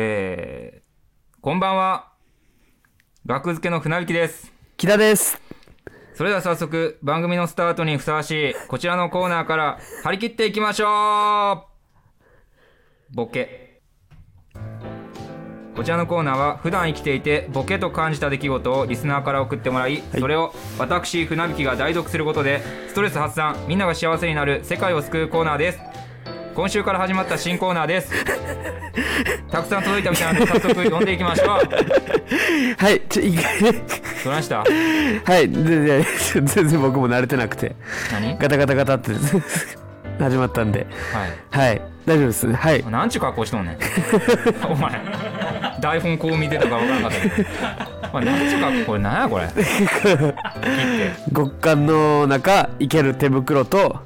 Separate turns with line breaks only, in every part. せーこんばんは学付けの船引きです
木田です。
それでは早速番組のスタートにふさわしいこちらのコーナーから張り切っていきましょうボケこちらのコーナーは普段生きていてボケと感じた出来事をリスナーから送ってもらい、それを私船引きが代読することでストレス発散みんなが幸せになる世界を救うコーナーです今週から始まった新コーナーですたくさん届いたみたいなので早速読んでいきましょう
はい、ちょ、一回ね。
どないした
はい、でで全然僕も慣れてなくて。
何 は
ガタガタガタって始まったんで。
い
はい、大丈夫です。はい。
なんちゅう格好しとんね んお前台本こう見てたか分からなかったけどお前なんちゅう格好これなんやこれ
極寒の中、いける手袋と、
ん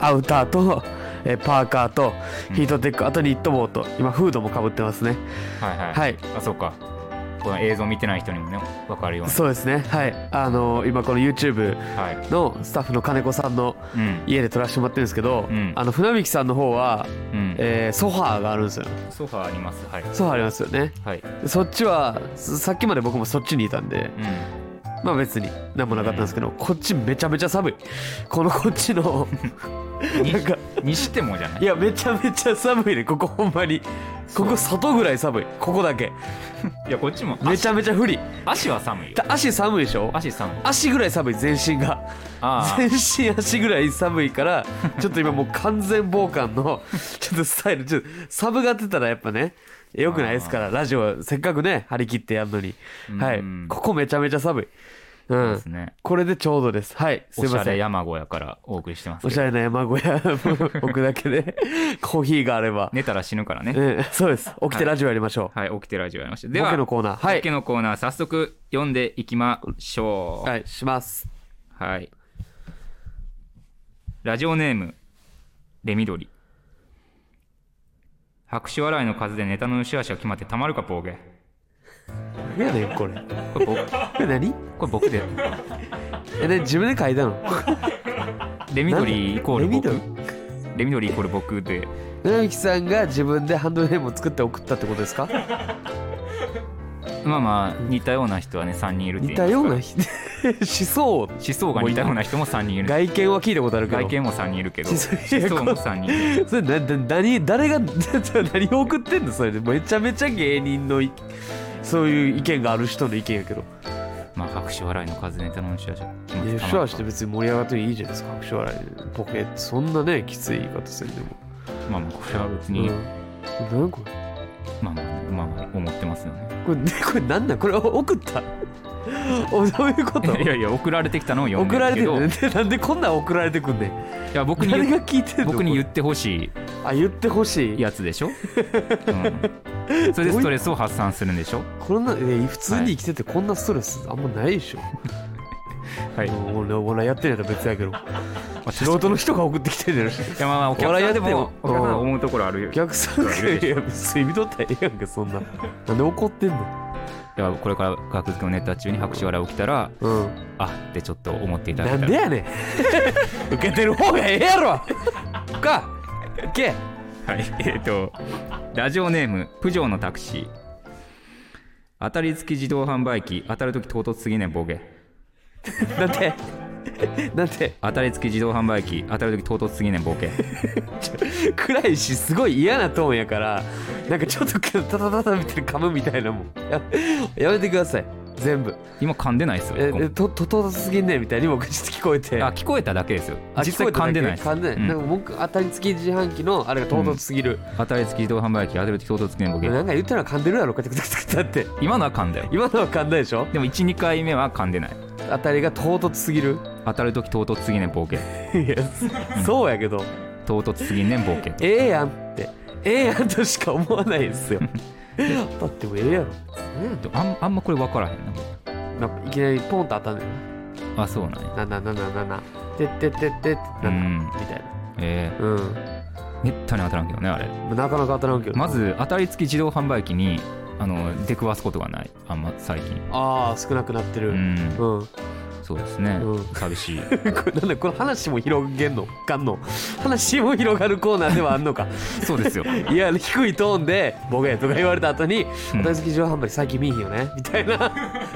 アウターと、えーパーカーと、ヒートテック、あとニット帽と、今、フードもかぶってますね。
はいはい、
はい
あそうかこの映像見てない人にもね分かるように
そうですね。はい。あのー今、この YouTube
はい
のスタッフの金子さんの
うん
家で撮らせてもらってるんですけど、
うん
あの、船引さんの方は、
うん、
えーソファーがあるんですよ。
ソファーありますはい
ソファーありますよね。
はい
そっちはささっきまで僕もそっちにいたんで
うん
まあ別に何もなかったんですけど、こっちめちゃめちゃ寒いこのこっちの
に
なんか
にしてもじゃない
いやめちゃめちゃ寒いねここほんまにここ外ぐらい寒いここだけ
いやこっちも
めちゃめちゃ不利
足は寒いよ
だ足寒いでしょ
足寒い
足ぐらい寒い全身が
あ
全身足ぐらい寒いからちょっと今もう完全防 寒のちょっとスタイルちょっとサブがってたらやっぱねよくないですからラジオせっかくね張り切ってやるのに
うん
はいここめちゃめちゃ寒いうん
あですね
これでちょうどですはい す
お
い
し
ま
ゃれ
せん
山小屋からお送りしてますけ
お
ど
しゃれな山小屋僕だ けでコーヒーがあれば、
寝たら死ぬからね
うん、そうです起きてラジオやりましょ
はい起きてラジオやりました
う、
では
ボケのコーナーは
ボケ
い、
のコーナー早速読んでいきましょう
はい、します
はい。ラジオネーム、レミドリ。拍手笑いの数でネタの良し悪しが決まってたまるか、ボケ。
何やねんこれ
これ僕、
これ何
これ僕で。
えね自分で書いたの
レミドリイコール
レミ
僕
ドリ。
レミドリイコール僕で。
なゆきさんが自分でハンドルネームを作って送ったってことですか
まあまあ、似たような人はね、3人いるって
似
言い
た
ます
ような人思想
思想が似たような人も3人いる。
外見は聞いたことあるけど
外見も3人いる けど、思
思想
想も3人いる。
それなな何誰が 何を送ってんのそれめちゃめちゃ芸人のいそういう意見がある人の意見やけど
まあ、拍手笑いの数でネタの良し悪しが決まって
いや
たまる
拍手笑いして別に盛り上がっていいじゃないですか拍手笑いポケットそんなねきつい言い方するでも、
か。まあまあ、これは別
う
に、
ん、なんこれ
まあまあね、まあまあ、思ってますよね。
これこれなんなんこれ送ったおどういうこと
いやいや送られてきたのを読んで
送ら
る
れて
けど
くるでなんでこんなん送られてくんねん
いや僕に
誰
言
が聞いてんの
僕に言
こ
ってほし
れあ言ってほしい
いやつでしょ、うん、それでストレスを発散するんでしょ
こんな、えー普通に生きててこんなストレスあんまないでしょ、
はいい
もう俺俺やってないと別やけど素人の人が送ってきてるじゃん
やまあまあお客さんで
笑い
も
合っても
お客さんは思うところあるよ
お
い
客さんが
いるでしょ
いや別に見とったらええやんかそんななんで怒ってんの
やこれから学付けのネタ中に拍手笑い起きたら
うん
あってちょっと思っていただ
ないん
た
で
ら
やね ん受けてる方がええやろかいけ
はい えっ、とラジオネーム「プジョーのタクシー」当たり付き自動販売機当たるとき唐突すぎねんボケ
なん てなんて
当たり付き自動販売機当たるとき唐突すぎねんボケ
暗いしすごい嫌なトーンやからなんかちょっとタタタタみたいな噛むみたいなもん ややめてください全部
今噛んでないっすよ
え
一個も
えとととすぎんねみたいにも口聞こえて
あ聞こえただけですよ
あ
実際噛んでないっす
聞こえただけ噛んでない、なんか僕当たり付き自販機のあれが唐突すぎる、
当たり付き自動販売機当てるとき唐突つけんボケ
なんか言ったら噛んでるやろこうやってクタクタクタって
今のは噛んだよ
今のは噛んだでしょ
でも12回目は噛んでない
当たりが唐突す ぎる
当たるとき唐突すぎねんボケ
いやそうやけど
唐突すぎねんボケ
ええやんってええやんとしか思わないですよ当たってもええやろ
とあんあんまこれ分からへん
なんかいきなりポンと当たんねん
なあそうなんや
ななななななてってってってって
う
なん
ん
みたいな
え
うん
ー、めったに当たらんけどねあれ
なかなか当たらんけど
まず当たり付き自動販売機にあの出くわすことがないあんま最近
ああ少なくなって
う
る
ん
うん、
そうですね、
うん
寂しい
これなんだこの話も広げんのかんの話も広がるコーナーではあん のか
そうですよ
いや低いトーンで「ボケ」とか言われた後に「
うん
私劇場販売最近見えへんよね」み たいな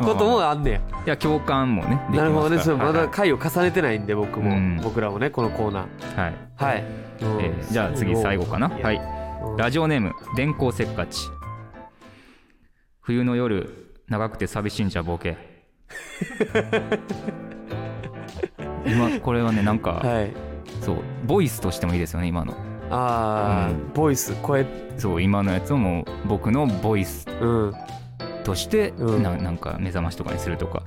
こともあんねや
いや共感もねできます
なるほどね
から
そうま
は
だ
い
回を重ねてないんで僕も、
うん
僕らもねこのコーナー
はい、
はい、うん
えーじゃあ次最後かな
うん
はい
うん
ラジオネーム電光せっかち冬の夜長くて寂しいんじゃボ ケ今これはねなんか、
はい
そうボイスとしてもいいですよね今の
あー、
うん
ボイス声
そう今のやつをもう僕のボイス
うん
として、
うん
ななんか目覚ましとかにすると か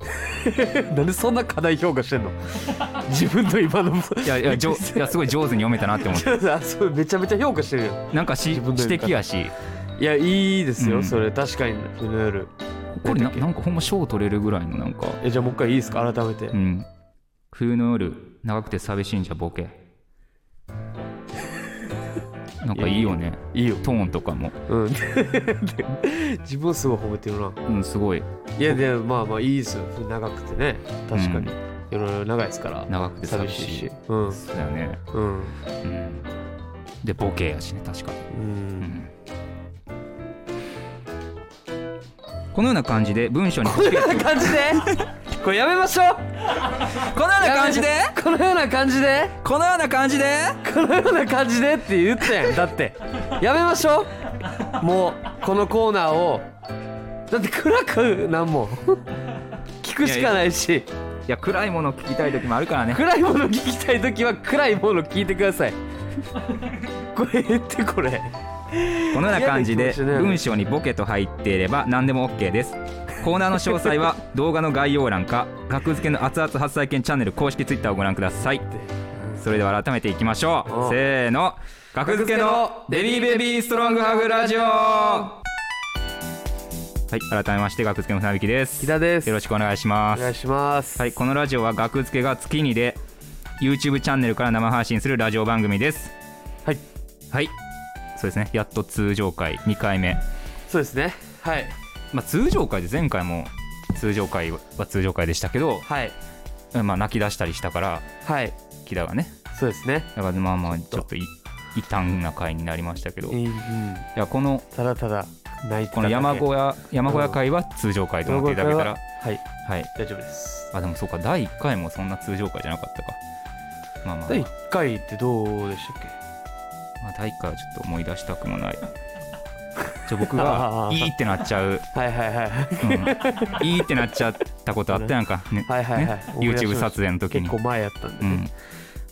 なんでそんな課題評価してんの 自分の今の
いやいやじょいやすごい上手に読めたなって思っ
ちょっ とあそうめちゃめちゃ評価してるよ
てなんかし
自分で
指摘やし
いやいいですよ、
うん
それ確かにこの夜
これななんかほんま賞取れるぐらいのなんか
えじゃあもう一回いいですか改めて
うん冬の夜長くて寂しいんじゃボ ケなんかいいよね
いいよ、
トーンとかも、
うん、 自分をすごい褒めてるな
うん、すごい
いやでもまあまあいいですよ長くてね確かに、いろいろ長いですから
長くて寂
寂
し
し
い
いしうん
そうだよね、
うん
うん、でボケやしね確かに
う
うんんこのような感じで文章にこのよ
こんな 感じでこれやめましょう
うな感じで
このような感じで
このような感じで
このような感じでって言ったやんだってやめましょうもうこのコーナーをだって暗くなんも聞くしかないし
いや暗いものを聞きたい時もあるからね
暗いもの聞きたい時は暗いもの聞いてくださいこれ言ってこれ
このような感じで
嫌な気持ちだよね
文章にボケと入っていれば何でも OK ですコーナーの詳細 は動画の概要欄か格付けの熱々発災券チャンネル公式 Twitter をご覧くださいそれでは改めていきましょ
う
うんせーの格付けのベビーベビーストロングハグラジオはい改めまして格付けの船引きです
木田です
よろしくお願いしま
お願
す
いします
はいこのラジオは学付けが月にで YouTube チャンネルから生配信するラジオ番組です
はい
はいそうですねやっと通常回2回目
そうですねはい
まあ通常回で前回も通常回は通常回でしたけど、
はい
まあ、泣き出したりしたから
はい
木田がね
そうですね
だからまあまあち
ち
ょ
ょ
っ
っ
とい異端な回になりましたけど
う
い
んうん
やこの
ただただ泣いてただけ
この山小屋山小屋会は通常回と思っていただけたら
はい
はい
大丈夫です
あでもそうか第1回もそんな通常回じゃなかったかまあまあ、まあ、
第一回ってどうでしたっけ
まあ、第1回はちょっと思い出したくもないちょ僕 がいいってなっちゃう、
はいはいは
う
い
ん、いいってなっちゃったことあったやんか、ね
はいはいはい
ね、
思い出しまし
YouTube
た
撮影の時に
結構前やったんで
う
ね、
ん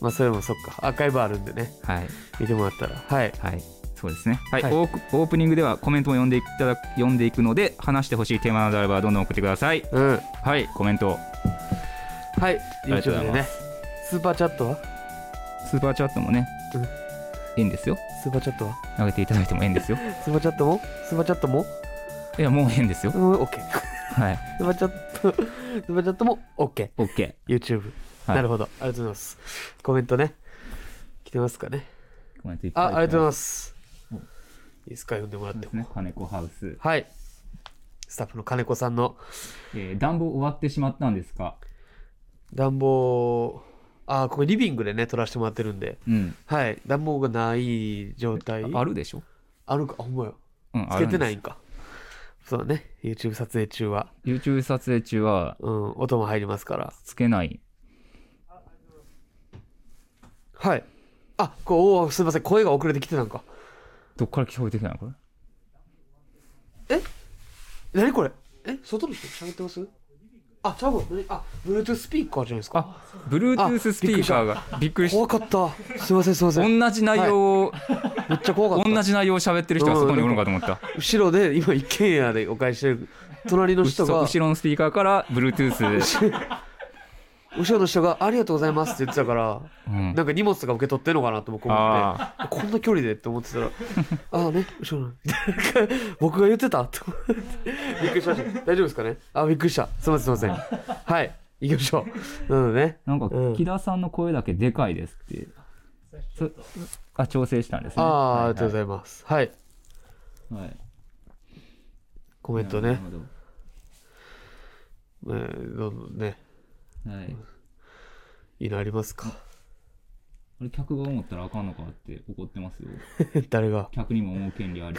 まあそれもそっかアーカイブあるんでね
はい
見てもらったらはい
はい、そうですね。はい、
はい
オープオープニングではコメントも読んでいただく読んでいくので、話してほしいテーマなどあればどんどん送ってください。
うん
はい、コメント、
はい
りがとうご
YouTube
ざい
で
ま
ねスーパーチャットは
スーパーチャットもね
うん、
いいんですよ。
スーパーチャットは
投げていただいてもいいん ですよ。
スーパーチャットもスーパーチャットも
いや、もういいんですよ
う。ん OK
はい、
スーパーチャット スーパーチャットも OKYouTube、
オッケ
YouTube
はい
なるほどありがとうございますコメントね来てますかね
ー。コメントいっぱい
あありがとうござい
い
ますいいですか読んでもらっても
ね。金子ハウス、
はいスタッフの金子さんの
えー、暖房終わってしまったんですか。
暖房あここリビングでね撮らせてもらってるんで
うん、
はい暖房がない状態
あるでしょ。
あるかあほんまや
うん、。
つけてないいんかそうだね YouTube 撮影中は
YouTube 撮影中は
うん音も入りますから
つけない。
はいあこうおーすいません声が遅れてきてたんか
どっから聞こえてきたのこれ。
何これえ外の人喋ってますあちゃうわ何あ Bluetooth スピーカーじゃないですか
あ、Bluetooth スピーカーがびっくりし
怖かったすいませんすいま
た。
せん
同じ内容を。
めっちゃ怖かった
同じ内容を喋ってる人がそこにおるのかと思った
後ろで今一軒家でお返ししてる隣の人
そう
が
後ろのスピーカーから Bluetooth
後ろの人が「ありがとうございます」って言ってたから、
うん
なんか荷物とか受け取ってんのかなと僕思
あ
ってこんな距離でって思ってたら「ああね後ろの」 僕が言ってたと思ってびっくりしました大丈夫ですかねあびっくりしたすいませんすいませんはい行きましょうなのでね
なんか
うん
木田さんの声だけでかいですってそあ調整したんですね
ああありがとうございますはい
はいはい
コメント
なる
ね
ほど
えーどんどんね
はい、
いいのありますか
あれ客が思ったらあかんのかって怒ってますよ
誰が
客にも思う権 利あり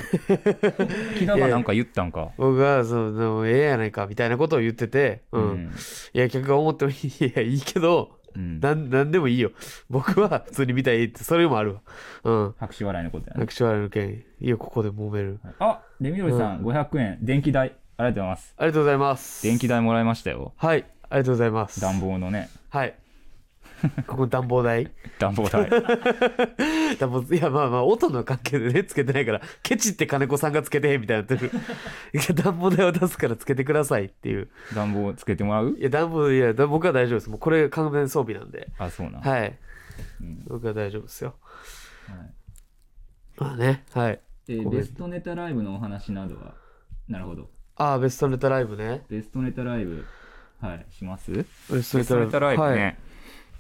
木田がなんか言ったんか
僕がそのでもええやないかみたいなことを言ってて、うんいや客が思ってもいいいやいいけど
うん
なんなんでもいいよ僕は普通に見たいってそれもあるわうん
拍手笑いのことやね
握手笑いの件いやここで揉める
あレミドリさん500円電気代ありがとうございます
ありがとうございます
電気代もらいましたよ
はいありがとうございます
暖房のね
はいここ暖房 台
暖房代
暖房いやまあまあ音の関係でねつけてないからケチって金子さんがつけてへんみたいになってるいや暖房台を出すからつけてくださいっていう
暖房つけてもらう
いや暖房いやだ僕は大丈夫ですもうこれ完全装備なんで
あそうなん、
はい
うん
僕は大丈夫ですよ
はい
まあねはい
え
ご
ー
めん
ベストネタライブのお話などはなるほど
ああベストネタライブね
ベストネタライブはいします
ベス
ベストネタライブね、
はい、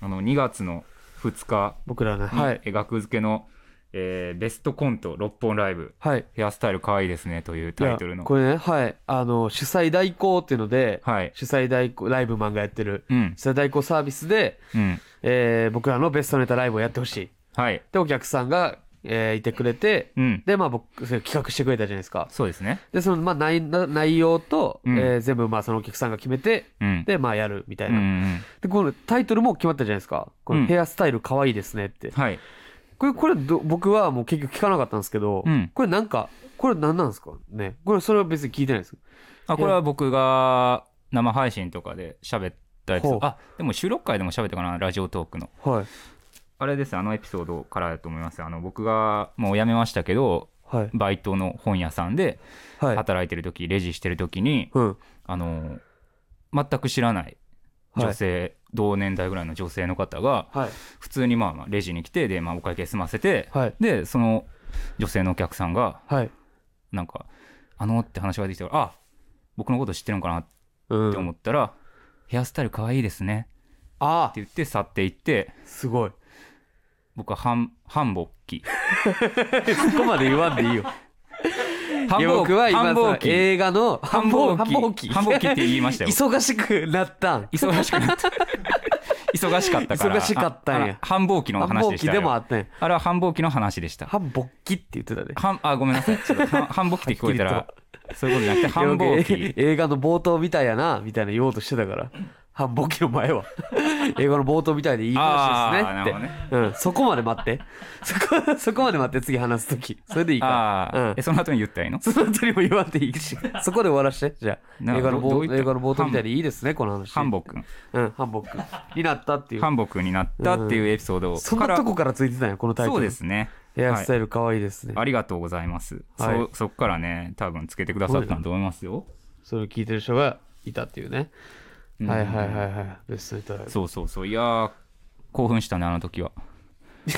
あの2月の2日
僕らね
に、
はい
えー学付けの、えーベストコント6本ライブ
はい
ヘアスタイル可愛いですねという
いや
タイトルの
これねはいあの主催代行っていうので、
はい
主催代行ライブ漫画やってる
うん
主催代行サービスで、
うん
えー僕らのベストネタライブをやってほしい
はい
でお客さんが、えーいてくれて、
うん
でまあ僕それ企画してくれたじゃないですか
そうですね
でその、まあ、内な内容と、
うん
えー全部まあそのお客さんが決めて
うん
でまあやるみた
う
い
んう
な、
ん
でこのタイトルも決まったじゃないですかこ
うん
のヘアスタイル可愛いですねって、
はい
これこれど僕はもう結局聞かなかったんですけど、
うん
これなんかこれ何なんですかねこれそれは別に聞いてないです
あこれは僕が生配信とかで喋ったやつ
ほう
あでも収録会でも喋ったかなラジオトークの
はい
あれですあのエピソードからだと思いますあの僕がもう辞めましたけど
はい
バイトの本屋さんで
はい
働いてる時、レジしてる時に
うん
あの全く知らない
はい
女性、同年代ぐらいの女性の方が
はい
普通にまあまあレジに来てで、まあ、お会計済ませて、
はい
でその女性のお客さんが
はい
なんか「あの」って話ができたから「あ僕のこと知ってるのかな」っ
う
て思っ
ん
たら、ヘアスタイル可愛いですね」
あ
って
あ
言って去っていって
すごい
僕は半半勃起
そこまで言わんでい いよ
半
いや僕は今
半
そ
勃
の
起
映画の
繁忙期繁忙期って言いましたよ
忙しくなったん
忙しく なった忙しかったから
忙しかったんや
ああら繁忙期の
繁
話
忙
でし
期
た
でもあ
よ
ったんや
あれは繁忙期の話でした
繁忙期って言ってたで
はんあごめんなさいちょっとはん繁忙期って聞こえた
はっ
らそういうことじゃなくて繁忙
いや
期
僕え 映画の冒頭みたいやなみたいな言おうとしてたから 繁忙期の前は映画の冒頭みたいでいい話ですねって
あーなる
うん、そこまで 待ってそこそこまで待って次話す時それでいいか
ああ、
ら、うん
え、その後に言ったらいいの
その後にも言わんでいいしそこで終わらしてじゃ
な
あ映画の
どどうい
冒
った
映画の冒頭みたいでいいですねこの話
繁忙君
うん繁忙期になったっていう
繁忙君になったっていうエピソード
そん
か
な
ら
とこからついてたんやこのタイトル
そうですね
ヘアスタ
は
イル可愛いですね、
い、ありがとうございます、
はい
そそっからね多分つけてくださったんだと思いますよ
それを聞いてる人がいたっていうね、
うん
はいはいはいはいベストネタライブ
そうそうそういやー興奮したねあの時はい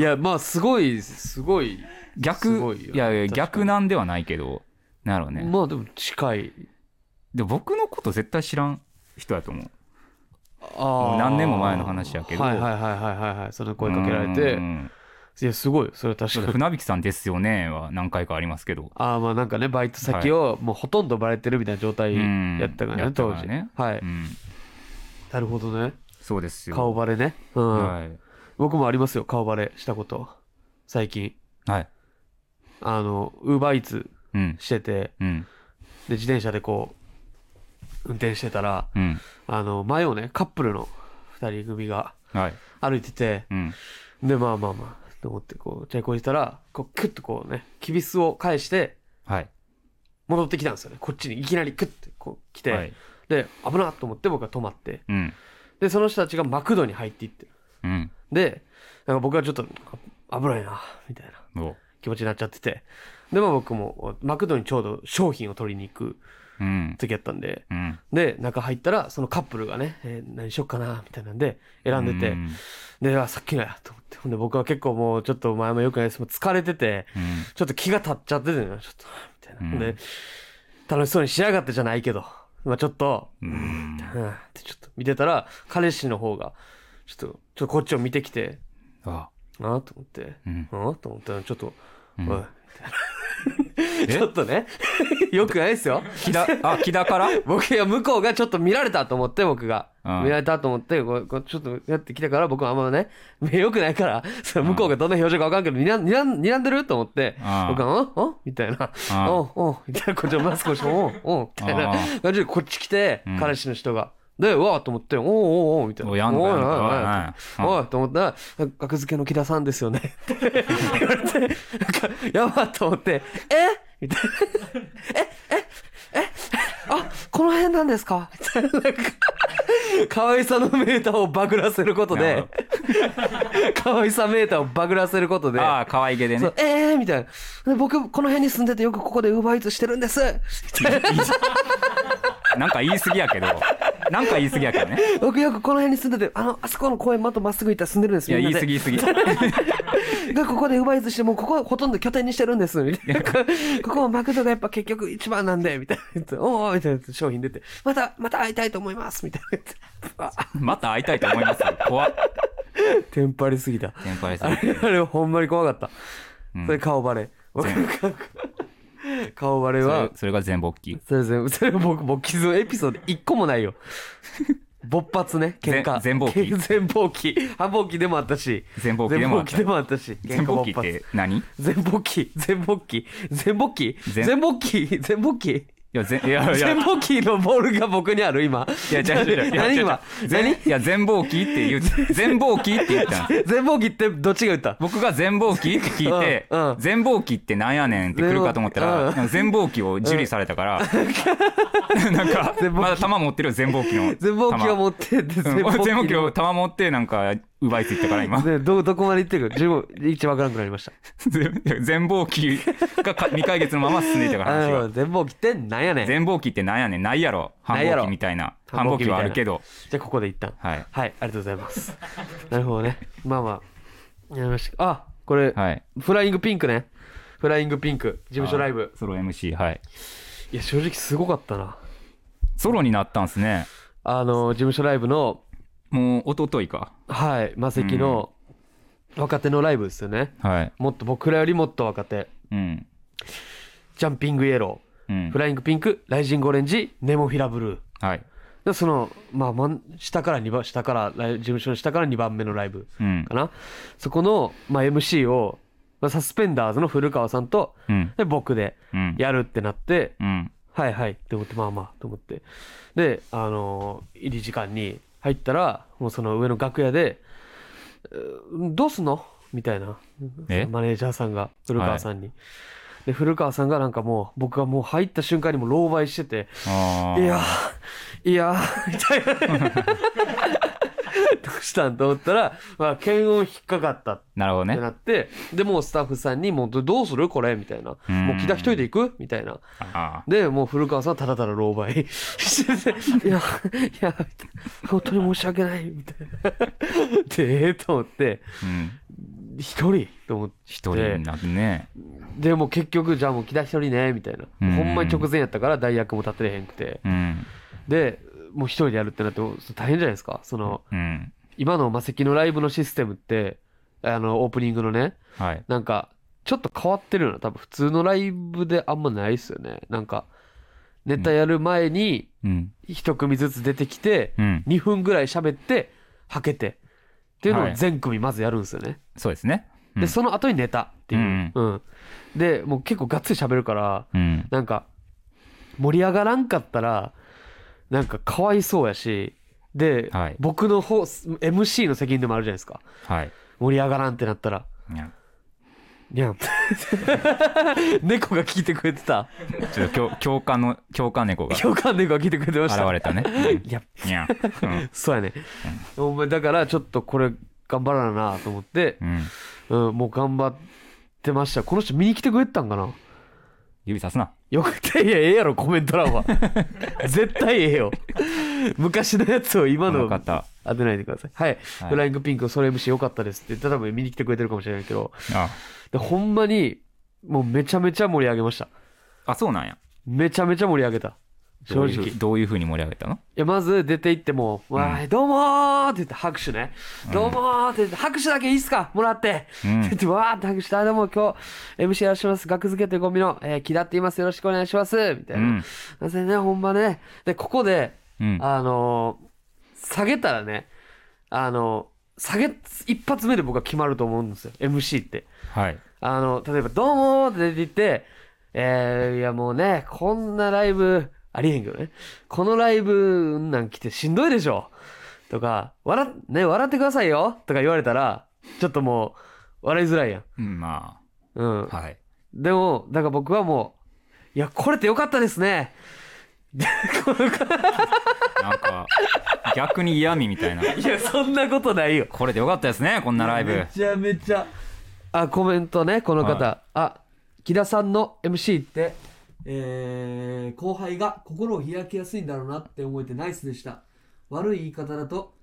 やまあすごいすごいすご
逆
いよ
いやいや
確かに
逆なんではないけどなるほどね、
まあでも近い
で僕のこと絶対知らん人やと思う
あ
う
あ
何年も前の話やけど
はいはいはいはいはいはいその声かけられて
うん
いやすごいそれは
そう
確
だ
かに
船引さんですよねは何回かありますけど
ああまあなんかねバイト先をもうほとんどバレてるみたいな状態
うん
やったから
や
ね
ったか
当
ら
時
ね
は
う
い
ん
なるほどね
そうですよ
顔バレねうん
はい
僕もありますよ顔バレしたこと最近
はい
あのウーバーイーツ
うん
してて
うん
で自転車でこう運転してたら
うん
あの前をねカップルの2人組が
はい
歩いてて
うん
でまあまあまあと思ってこうチャリコしたらこうクッとこうねきびすを返して
はい
戻ってきたんですよねこっちにいきなりクッてこう来て、
はい
で危なっと思って僕は止まって
うん
でその人たちがマクドに入っていって
うん
でなんか僕はちょっとあ危ないなみたいな
お
気持ちになっちゃっててでまあ僕もマクドにちょうど商品を取りに行く
うん
時やったんで
うん
で中入ったらそのカップルがね、えー何しよっかなみたいなんで選んでて、
うん
であさっきのやと思ってほんで僕は結構もうちょっと前もよくないですもう疲れてて
うん
ちょっと気が立っちゃっててねちょっとみたいな、
うん
ほんで楽しそうにしやがってじゃないけど、まあ、ちょっと
うん
うんってちょっと見てたら彼氏の方がちょっとちょっとこっちを見てきて
あ
ああと思って
うん
ああと思ったらちょっと、
うん
おい
え
ちょっとねよくないですよ
木田あ木田 から
僕いや向こうがちょっと見られたと思って僕が、
うん
見られたと思ってこうこうちょっとやってきたから僕はあんまね目良くないから その向こうがどんな表情か分かんないけどにらんにらんにらんでると思って
うん
僕は「んんみたいな「
うん
おうおうみたいなこっちをマスクをして「おうおう」みたい
う
な
ん
感じでこっち来て
うん
彼氏の人が。で、うわーと思って、おうおうおうみたいな。
おいやんのかやんのかおいおい
おいと思ったら、学付けの木田さんですよね。って言われて、なんかやばっと思って、えみたいな。あこの辺なんですかみたいななんか 可愛さのメーターをバグらせること
なる
で 可愛さメーターをバグらせることで
ああ可愛げで
そ
ね
うえーみたいなで僕この辺に住んでてよくここでウーバーイーツしてるんですみたいな
なんか言い過ぎやけどなんか言い過ぎやけどね
僕よくこの辺に住んでてあのあそこの公園またまっすぐ行ったら住んでるんです
いや
み
言
ん
い
な
過
で
ぎ言い過ぎ
がここでウーバーイーツしてもうここはほとんど拠点にしてるんですみたいなここもマクドがやっぱ結局一番なんでみたいな言っておーおーみたいな商品出てまたまた会いたいと思いますみたいな言ってあ
また会いたいと思います怖っ
テンパりすぎた
先輩さ
あ
ん
れあれほんまに怖かった、
うん
それ顔バレ僕
全
顔バレ
そ
は
れそれが全部大きい
それ全部それ僕僕傷のエピソード一個もないよ勃発ね喧嘩
全全勃起
け全勃起反勃起でもあったし
全勃起でもあった
全勃起でもあったし
全部大きいって何い
全勃起全勃起全勃起
全
全勃起全勃起
や全いやいや
全勃起のボールが僕にある今
いや違う違う違う
何
いや違う違
今
う
何
全いや全暴起って言う全暴起って言ったんです
全勃起ってどっちが言った
僕が全暴起って聞いて
うんうん
全暴起ってなんやねんって来るかと思ったら
うん
なんか全暴起を受理されたから なんかまだ弾持ってるよ全暴起の
全勃起を持ってで
うん俺全暴起
の
を弾持ってなんか奪いついたから今
ね、どどこまで行ってるか十分一番わからなくなりました。
全暴起がか未解決のまま進んでいた から話
あ
が
の全貌切ってなんやねん。じ
全暴起ってなんやねんないやろ
な
反
いや
暴
ろ
起みたいな
反
反
暴
暴
起
起はあるけど
ゃあここで一旦。
はい
はい、ありがとうござい ます。なるほどね。まあまあ。やりました。あ、これ、
はい
フライングピンクね。フライングピンク、事務所ライブ。
ソロ MC はい
いや、正直すごかったな。
ソロになったんすね
あの、事務所ライブの、
もう一昨日か
はい、マセキの若手のライブですよね。
はい
もっと僕らよりもっと若手。
うん
ジャンピングイエロ
う
ー、
ん
フライングピンク、ライジングオレンジ、ネモフィラブルー。
はい
でその、まあ、真ん下から2番下からライブ事務所の下から2番目のライブ
うん
かな、そこの、まあ、MC を、まあ、サスペンダーズの古川さんと
うん
で僕で
うん
やるってなって、
うん
はいはいって思ってまあまあと思ってで、あのー入り時間に入ったらもうその上の楽屋で「えーどうすんの?」みたいな
え
マネージャーさんが古川さんに。で古川さんがなんかもう僕がもう入った瞬間にもう狼狽してて
ああ
いやいやみたいなどうしたんと思ったら、まあ、検温引っかかったっ
なるほど
て
ね
なってでもうスタッフさんに「もうどどうするこれ」みたいな「
うん
もう木田一人で行く?」みたいな
あ
でもう古川さんはただただ狼狽して て「いやいや本当に申し訳ない」みたいな。でええと思って
ーうん
一人と思って
一人になってね
でもう結局じゃあもう木田一人ねみたいな、
うん
ほんまに直前やったから代役も立てれへんくて。
うん
でもう一人でやるってなってもう大変じゃないですかその
うん
今のマセキのライブのシステムってあのオープニングのね
はい
なんかちょっと変わってるよな多分普通のライブであんまないっすよねなんかネタやる前に
うん
一組ずつ出てきて
うん
2分ぐらい喋ってはけてっていうの
は
を
い
全組まずやるんですよね、
そうですねうん
でその後にネタっていう、
うん
うんでもう結構がっつり喋るから
うん
なんか盛り上がらんかったらなんかかわいそうやしで、
はい
僕の方 MC の責任でもあるじゃないですか
はい
盛り上がらんってなったら
いや
にゃん 猫が聞いてくれてた
ちょっと 共共感の共感猫が現
共感猫が聞いてくれてました
れ たね
いや
うんいや
そうやね、お前だからちょっとこれ頑張らななと思って
う、んうん
うん、もう頑張ってましたこの人見に来てくれてたんかな
指さすな
よくて、いや、ええやろ、コメント 欄は。絶対ええよ。昔のやつを今の
よかった
当てないでください。はい。
はい
フライングピンク、それ MC 良かったですって、ただ見に来てくれてるかもしれないけど、
あ
でほんまに、もうめちゃめちゃ盛り上げました。
あそうなんや
めちゃめちゃ盛り上げた。
どういう
正直
ふうどういうふうに盛り上げたの
いや、まず出て行っても、わーい、どうもーって言って拍手ね。どうもーって言って、拍手だけいいっすかもらって。
うん
って言って、わーって拍手して、あ、どうも今日、MC やらしてます。学付けというコンビの、えー、木田って言います。よろしくお願いします。みたいな。
うん
なぜね、ほんまね。で、ここで、
うん
あのー下げたらね、あのー下げ、一発目で僕は決まると思うんですよ。MC って。
はい
あの、例えば、どうもーって出て行って、えー、いやもうね、こんなライブ、ありえへんけどね。このライブ、んなん来てしんどいでしょ。とか、笑っ、ね、笑ってくださいよ。とか言われたら、ちょっともう、笑いづらいやん。
うんま
うん
あ。はい
でも、だから僕はもう、いや、これってよかったですね。
なんか逆に嫌味みたいない
や、そんなことないよ。
これでよかったですねこんなライブ
めちゃめちゃ。あ、コメントね、この方。
は
あ、木田さんの MC って、
えー後輩が心を開きやすいんだろうなって思えてナイスでした悪い言い方だと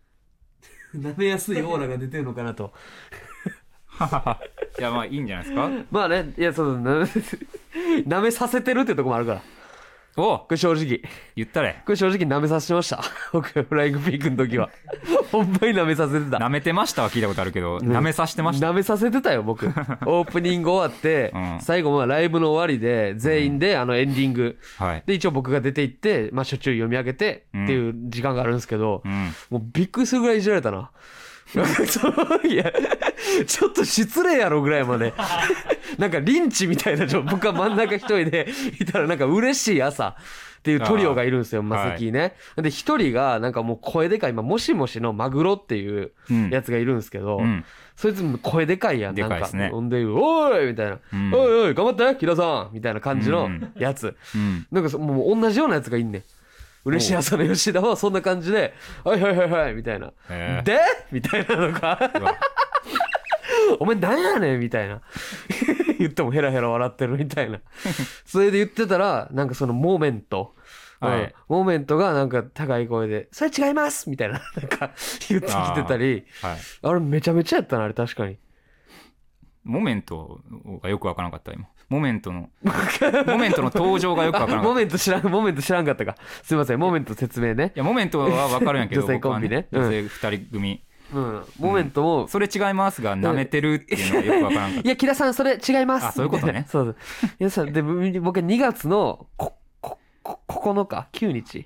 舐めやすいオーラが出てるのかなと
いやまあいいんじゃないですか
まあね、いや、そうだ、な舐めさ せてるっていうとこもあるから。
お
これ正直。
言ったれ
これ正直舐めさせてました。僕、フライングピークの 時は。ほんまに舐めさせてた。
舐めてましたは聞いたことあるけど舐めさせてました
舐めさせてた よ、僕。オープニング終わって、
うん
最後、まあライブの終わりで、全員で、あの、エンディング。
はい
で、一応僕が出て行って、まあ、しょっちゅう読み上げて、っていう時間があるんですけど、
うん
もうびっくりするぐらいいじられたな。 そういや、ちょっと失礼やろぐらいまで。 なんかリンチみたいな状、僕は真ん中一人でいたらなんか嬉しい朝っていうトリオがいるんですよ、
ー
マセキね。で、一人がなんかもう声でかい、今、もしもしのマグロっていう
うん
やつがいるんですけど、
うん
そいつも声でかいやん、
で
なん
かいっ
か
すね。
ほんで、おーいみたいな、
うん
おいおい、頑張って、キラさんみたいな感じのやつ。
うん
なんかそもう同じようなやつがいんねん。嬉しい朝の吉田はそんな感じで、はいはいはいはい、みたいな。
へえ
でみたいなのが、
うわ
お前何やねんみたいな。 言ってもヘラヘラ笑ってるみたいな。それで言ってたら、なんかそのモーメント。
はい
うんモーメントがなんか高い声で、それ違いますみたいな、なんか言ってきてたり、
はい
あれめちゃめちゃやったな、あれ確かに。
モメントがよくわからなかった今モメントのモメントの登場がよくわからな
あ
か
モ
ったい
メント知らん、モメント知らんかったか。すいません、モメント説明ね。
やモメントはわかるんやけど
女性コンビね
僕は女性二人組
うん。モメントも、
それ違いますが舐めてるっていうのがよくわからなかっ
いや、木田さん、それ違います。
あそういうことね
みたな そうそう。皆さん、で、僕僕は2月のこ、こ、こ、9日 ?9 日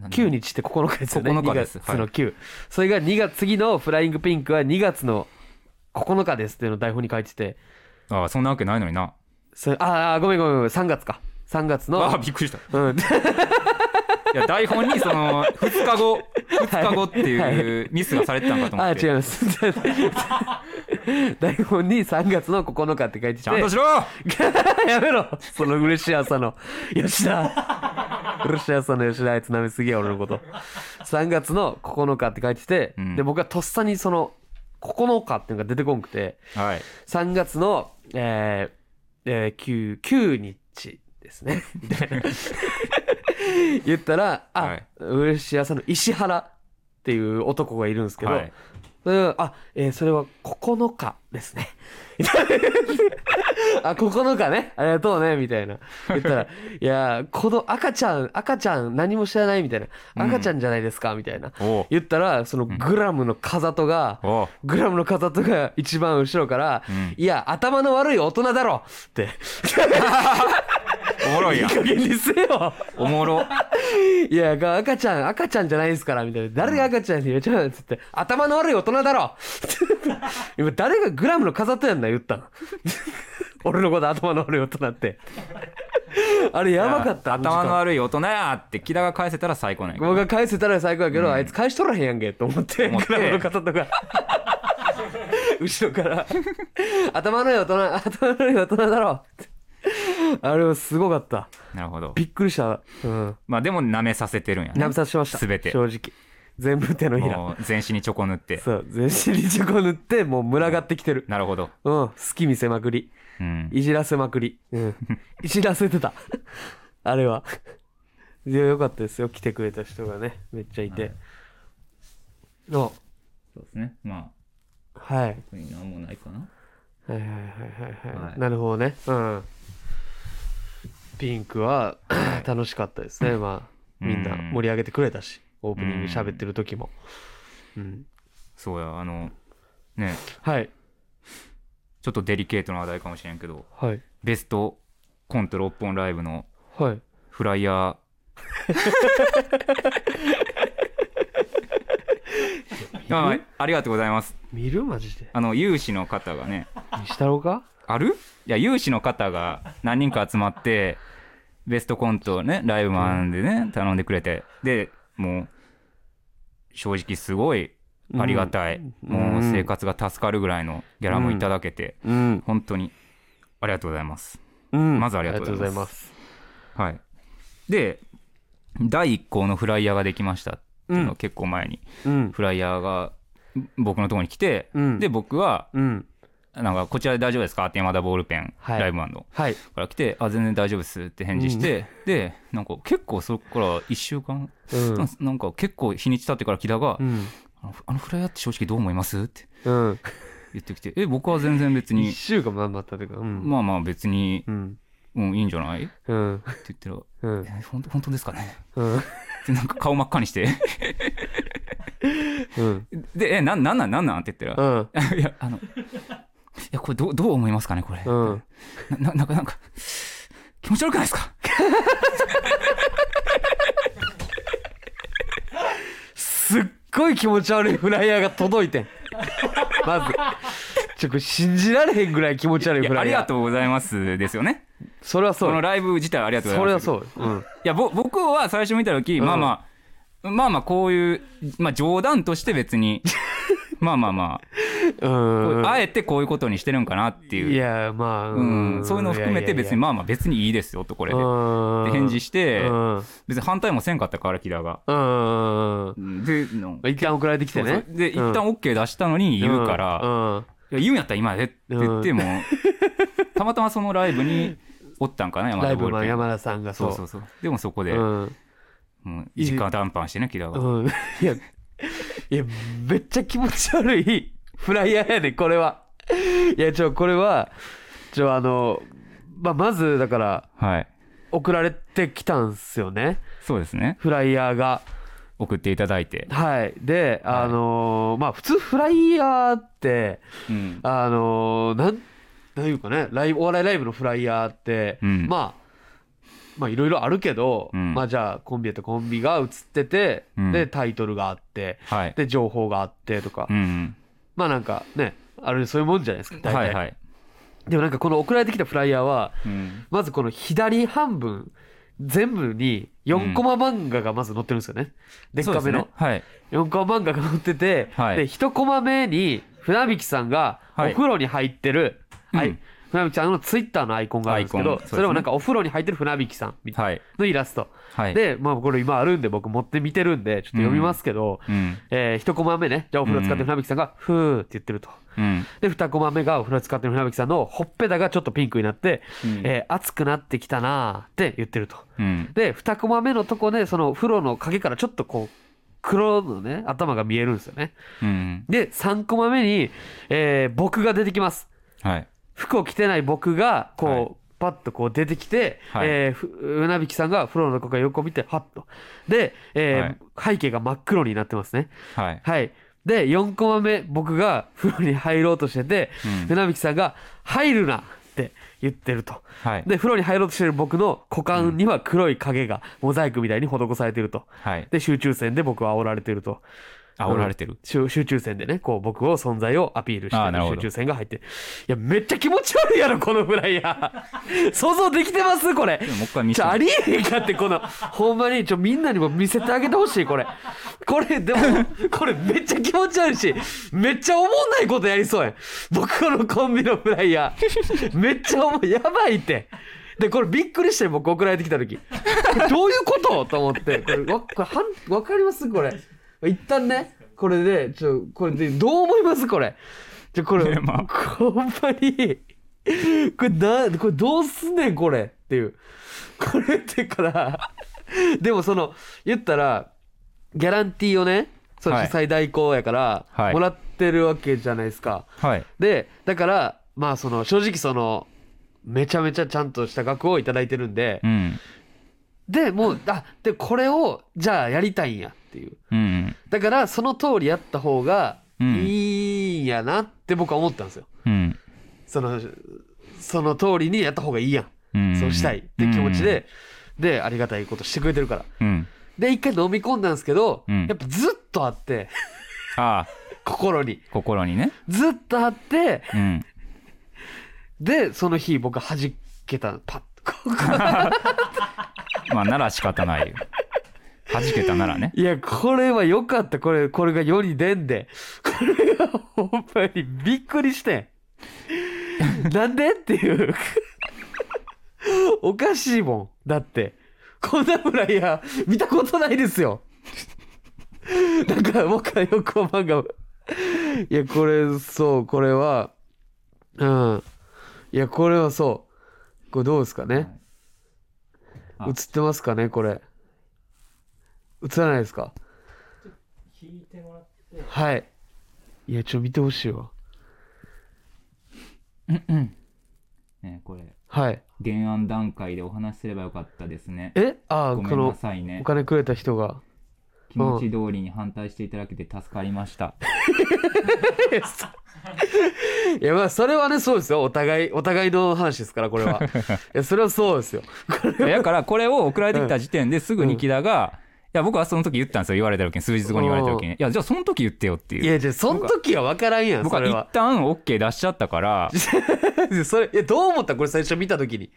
た
?9 日って9日ですよね。
9日です
2月の9。それが2月、次のフライングピンクは2月の9日ですっていうのを台本に書いてて。
ああそんなわけないのにな
それああ、ごめんごめんごめん、3月か。3月の。
ああびっくりした
うん。
いや台本にそ の2日後2日後っていうミスがされてたんかと思
あ
っ
ー、違
て
います。 台本に3月の9日って書いてて。
ちゃんとしろ
やめろその嬉しい朝の吉田嬉しい朝の吉田あいつ舐めすぎや俺のこと3月の9日って書いてて、
うん
で僕はとっさにその9日っていうのが出てこんくて
はい
3月のえーえー、9, 9日ですねみたいな言ったらあ、
はい
嬉しい朝の石原っていう男がいるんですけど、
はい
それはあ、えーそれは9日ですね。 あ、9日ね。ありがとうね、みたいな。言ったら、いやー、この赤ちゃん、赤ちゃん何も知らないみたいな。赤ちゃんじゃないですか、みたいな。
おう
言ったら、そのグラムの風とが、
おう
グラムの風とが一番後ろから、
ん
いや、頭の悪い大人だろって。
おもろい
いい
やん
加減にせよ
おもろ
いや、が赤ちゃん、赤ちゃんじゃないですから、みたいな。誰が赤ちゃんに言っちゃうんつって、頭の悪い大人だろ 今、誰がグラムの飾ったやんな、言ったの。 俺のこと頭の悪い大人って。 あれ、やばかった。
頭の
い。
悪い大人やって木田が返せたら最高なんやけど
僕が返せたら最高やけど、あいつ返しとらへんやんけ、と思って、
思って
グラムの飾とか。 後ろから、頭の悪い大人、頭の悪い大人だろってあれはすごかった。
なるほど
びっくりした。うん。
まあでも舐めさせてるんやね
舐めさせました。
全て
正直。全部手のひら。
もう全身にチョコ塗って
そう、全身にチョコ塗って、もう群がってきてる。
なるほど
うん、好き見せまくり。
うん
いじらせまくり。 うん。いじらせてた。 あれは。いや、よかったですよ。来てくれた人がね、めっちゃいて。の、
そうですねまあ
はい。
特に何もないかな
はいはいはいはい。は、
はいい
なるほどね。うん。ピンク は楽しかったですね。まあ、みんな盛り上げてくれたし、オープニング喋ってる時も。うん。
そうや、あの、ね、
はい。
ちょっとデリケートな話題かもしれんけど、
はい。
ベストコント6本ライブの
はい。
フライヤ ー、あありがとうございます。
見るマジで。
あの、有志の方がね、
西太郎か
あるいや、有志の方が何人か集まって、ベストコントをね、ライブマンでね、頼んでくれて、で、もう、正直すごいありがたい、
うん
もう生活が助かるぐらいのギャラもいただけて、
うん。
本当にありがとうございます。
うん。。
まずありがとうございますはい。で、第1項のフライヤーができましたっていうの
う
は結構前に、
うん。
フライヤーが僕のところに来て、
うん
で、僕は、
うん。
なんか、こちらで大丈夫ですかって山田ボールペン、
はい
ライブマンの。
はい。
から来て、あ、全然大丈夫ですって返事して、で、なんか結構そこから1週間、
うん
なん。なんか結構日にち経ってから木田が、
うん。
あのあのフライヤーって正直どう思いますって
うん。
言ってきて、え、僕は全然別
一
に、
週間頑張ったというか。うん。
まあまあ別に
う、ん。
うん、いいんじゃないって
うん。
言ったら、
うん。
え、本当本当ですかね
うん。
ってなんか顔真っ赤にして、
うん。
で、え、なんなんなんなんなんって言ったら、
うん。
いや、あの、いや、これどう、どう思いますかね、これ。
うん。
なななんか、なんか、気持ち悪くないですか
すっごい気持ち悪いフライヤーが届いてん。まず。ちょ、これ信じられへんぐらい気持ち悪
い
いフ
や、あ
ライ
り
ヤー。
がとうございますですよね。
それはそ
この
う。
ライブ自体ありがとうござ
そ
いま
れは
す。
そう。うん。
いや、ぼ僕は最初見た時、
ん
まあまあ、まあまあこういう、まあ冗談として別に、 まあまあまあ、こう
うん。
あえてこういうことにしてるんかなっていう。
いや、まあ、
うん、そういうのを含めて別に、まあまあ別にいいですよと、これで。
で
で返事して
うん。
別に反対もせんかったから、キラが。
うん。
で、の
一旦送られてきて
そう
ね
そう。で、一
うん
旦 OK 出したのに言うから、
うん。
いや言うんやったら今やでって言 っても、たまたまそのライブにおったんかな、
うん
山
ラ
田
イ
ボー
ブ
ル
マン
ペン。
山田さんが
そ
そ。
ううそうそう。でもそこで、
うん。
もう時間短パンしてね、キラが。
うん。いや、いや、めっちゃ気持ち悪いフライヤーやで、これは。いや、ちょ、これは、ちょ、あの、まあ、まず、だから、
はい。
送られてきたんすよね。
そうですね。
フライヤーが。
送っていただいて。
はい。で、あのーまあ、普通フライヤーって、
うん。
あのーなん、なんいうかね、ライブ、お笑いライブのフライヤーって、
うん
まあ、まあいろいろあるけど、
うん
まあじゃあコンビやったらコンビが映ってて、
うん
で、タイトルがあって、
はい。
で、情報があってとか、
うん。
まあなんかね、あれそういうもんじゃないですか、大体。
はいはい。
でもなんかこの送られてきたフライヤーは、
うん。
まずこの左半分、全部に4コマ漫画がまず載ってるんですよね。でっ
そう
か
です
めの。
ね。はい。
4コマ漫画が載ってて、
はい
で1コマ目に船引さんがお
はい
風呂に入ってる、
うん
はい船引さんのツイッターのアイコンがあるんですけ
アイコ
ど
ンそうです
そ
ね
れもなんかお風呂に入ってる船引さんみたい
はい。
なのイラスト、
はい。、
で、まあ、これ今あるんで僕持って見てるんでちょっと読みますけど、
うん。
え1コマ目ねじゃあお風呂使ってる船引さんが「ふー」って言ってると。
うん。
で2コマ目がお風呂使ってる船引さんのほっぺたがちょっとピンクになって、
うん
えー熱くなってきたなーって言ってると。
うん。
で2コマ目のとこでその風呂の影からちょっとこう黒のね頭が見えるんですよね
うん。
で3コマ目に、えー僕が出てきます
はい。
服を着てない僕がこう、
はい
パッとこう出てきて、
はい
えーふ船引さんが風呂の中から横見てハッとで、えー背景が真っ黒になってますね
はい。
はいで4コマ目僕が風呂に入ろうとしてて、
うん
船引さんが「入るな!」って言ってると
はい。
で風呂に入ろうとしてる僕の股間には黒い影がモザイクみたいに施されてると
はい。
で集中線で僕は煽られてると
煽られてる。
集集中線でねこう僕を存在をアピールして
あーなる
る
ほ
集
ど
中線が入ってるいやめっちゃ気持ち悪いやろこのフライヤー 想像できてますこれ
もう一回見せ
ち
て
ょありえへんかってこのほんまにちょみんなにも見せてあげてほしいこれこれでもこれめっちゃ気持ち悪いしめっちゃおもんないことやりそうやん僕のコンビのフライヤーめっちゃおもやばいってでこれびっくりして僕送られてきた時どういうことと思ってこれわこれはんわかりますこれ一旦ねこれでちょこれでどう思いますこれじゃこれ、
ねまあ
ほんまにこれなこれどうすんねんこれっていうこれってからでもその言ったらギャランティーをねその
は
主
い
催代行やから、
はい
もらってるわけじゃないですか
はい。
でだからまあその正直そのめちゃめちゃちゃんとした額をいただいてるんで、
うん。
で、もう、あ、で、これを、じゃあやりたいんやっていう。
うん。
だから、その通りやった方がい
うん
いんやなって僕は思ったんですよ。
うん。
その、その通りにやった方がいいやん。
うん。
そうしたいって気持ちで、で、ありがたいことしてくれてるから。
うん。うん。
で、一回飲み込んだんですけど、
うん
やっぱずっとあって、
ああ、
心に。
心にね。
ずっとあって、
うん。
で、その日僕弾けた、パッと。こう
まあ、なら仕方ないよ。弾けたならね。
いや、これは良かった。これ、これが世に出んで。これがほんまにびっくりしてん。なんでっていう。おかしいもん。だって。こんなフライヤー見たことないですよ。なんか僕はよく漫画を。いや、これ、そう、これは、うん。いや、これはそう。これどうですかね。
あ
映ってますかね、これ。映らないですか
引いてもらって
はい。いや、ちょ、見てほしいわ。
ね、これ、
はい。
原案段階でお話しすればよかったですね。
えああ、
ご
こ
めんな
の、
さいね
お。金くれた人が。
気持ち通りに反対していただけて助かりました。
いや、まあ、それはね、そうですよ。お互い、お互いの話ですから、こ れは。いや、それはそうですよ。
いやだからこれを送られてきた時点ですぐに木田が、いや僕はその時言ったんですよ言われた時に数日後に言われた時にいやじゃあその時言ってよって
い
いう
や、じゃあその時は分からんやん、
僕
そ
は
れ
一
は。
旦 OK 出しちゃった から
それ、いや、どう思ったこれ最初見た時に。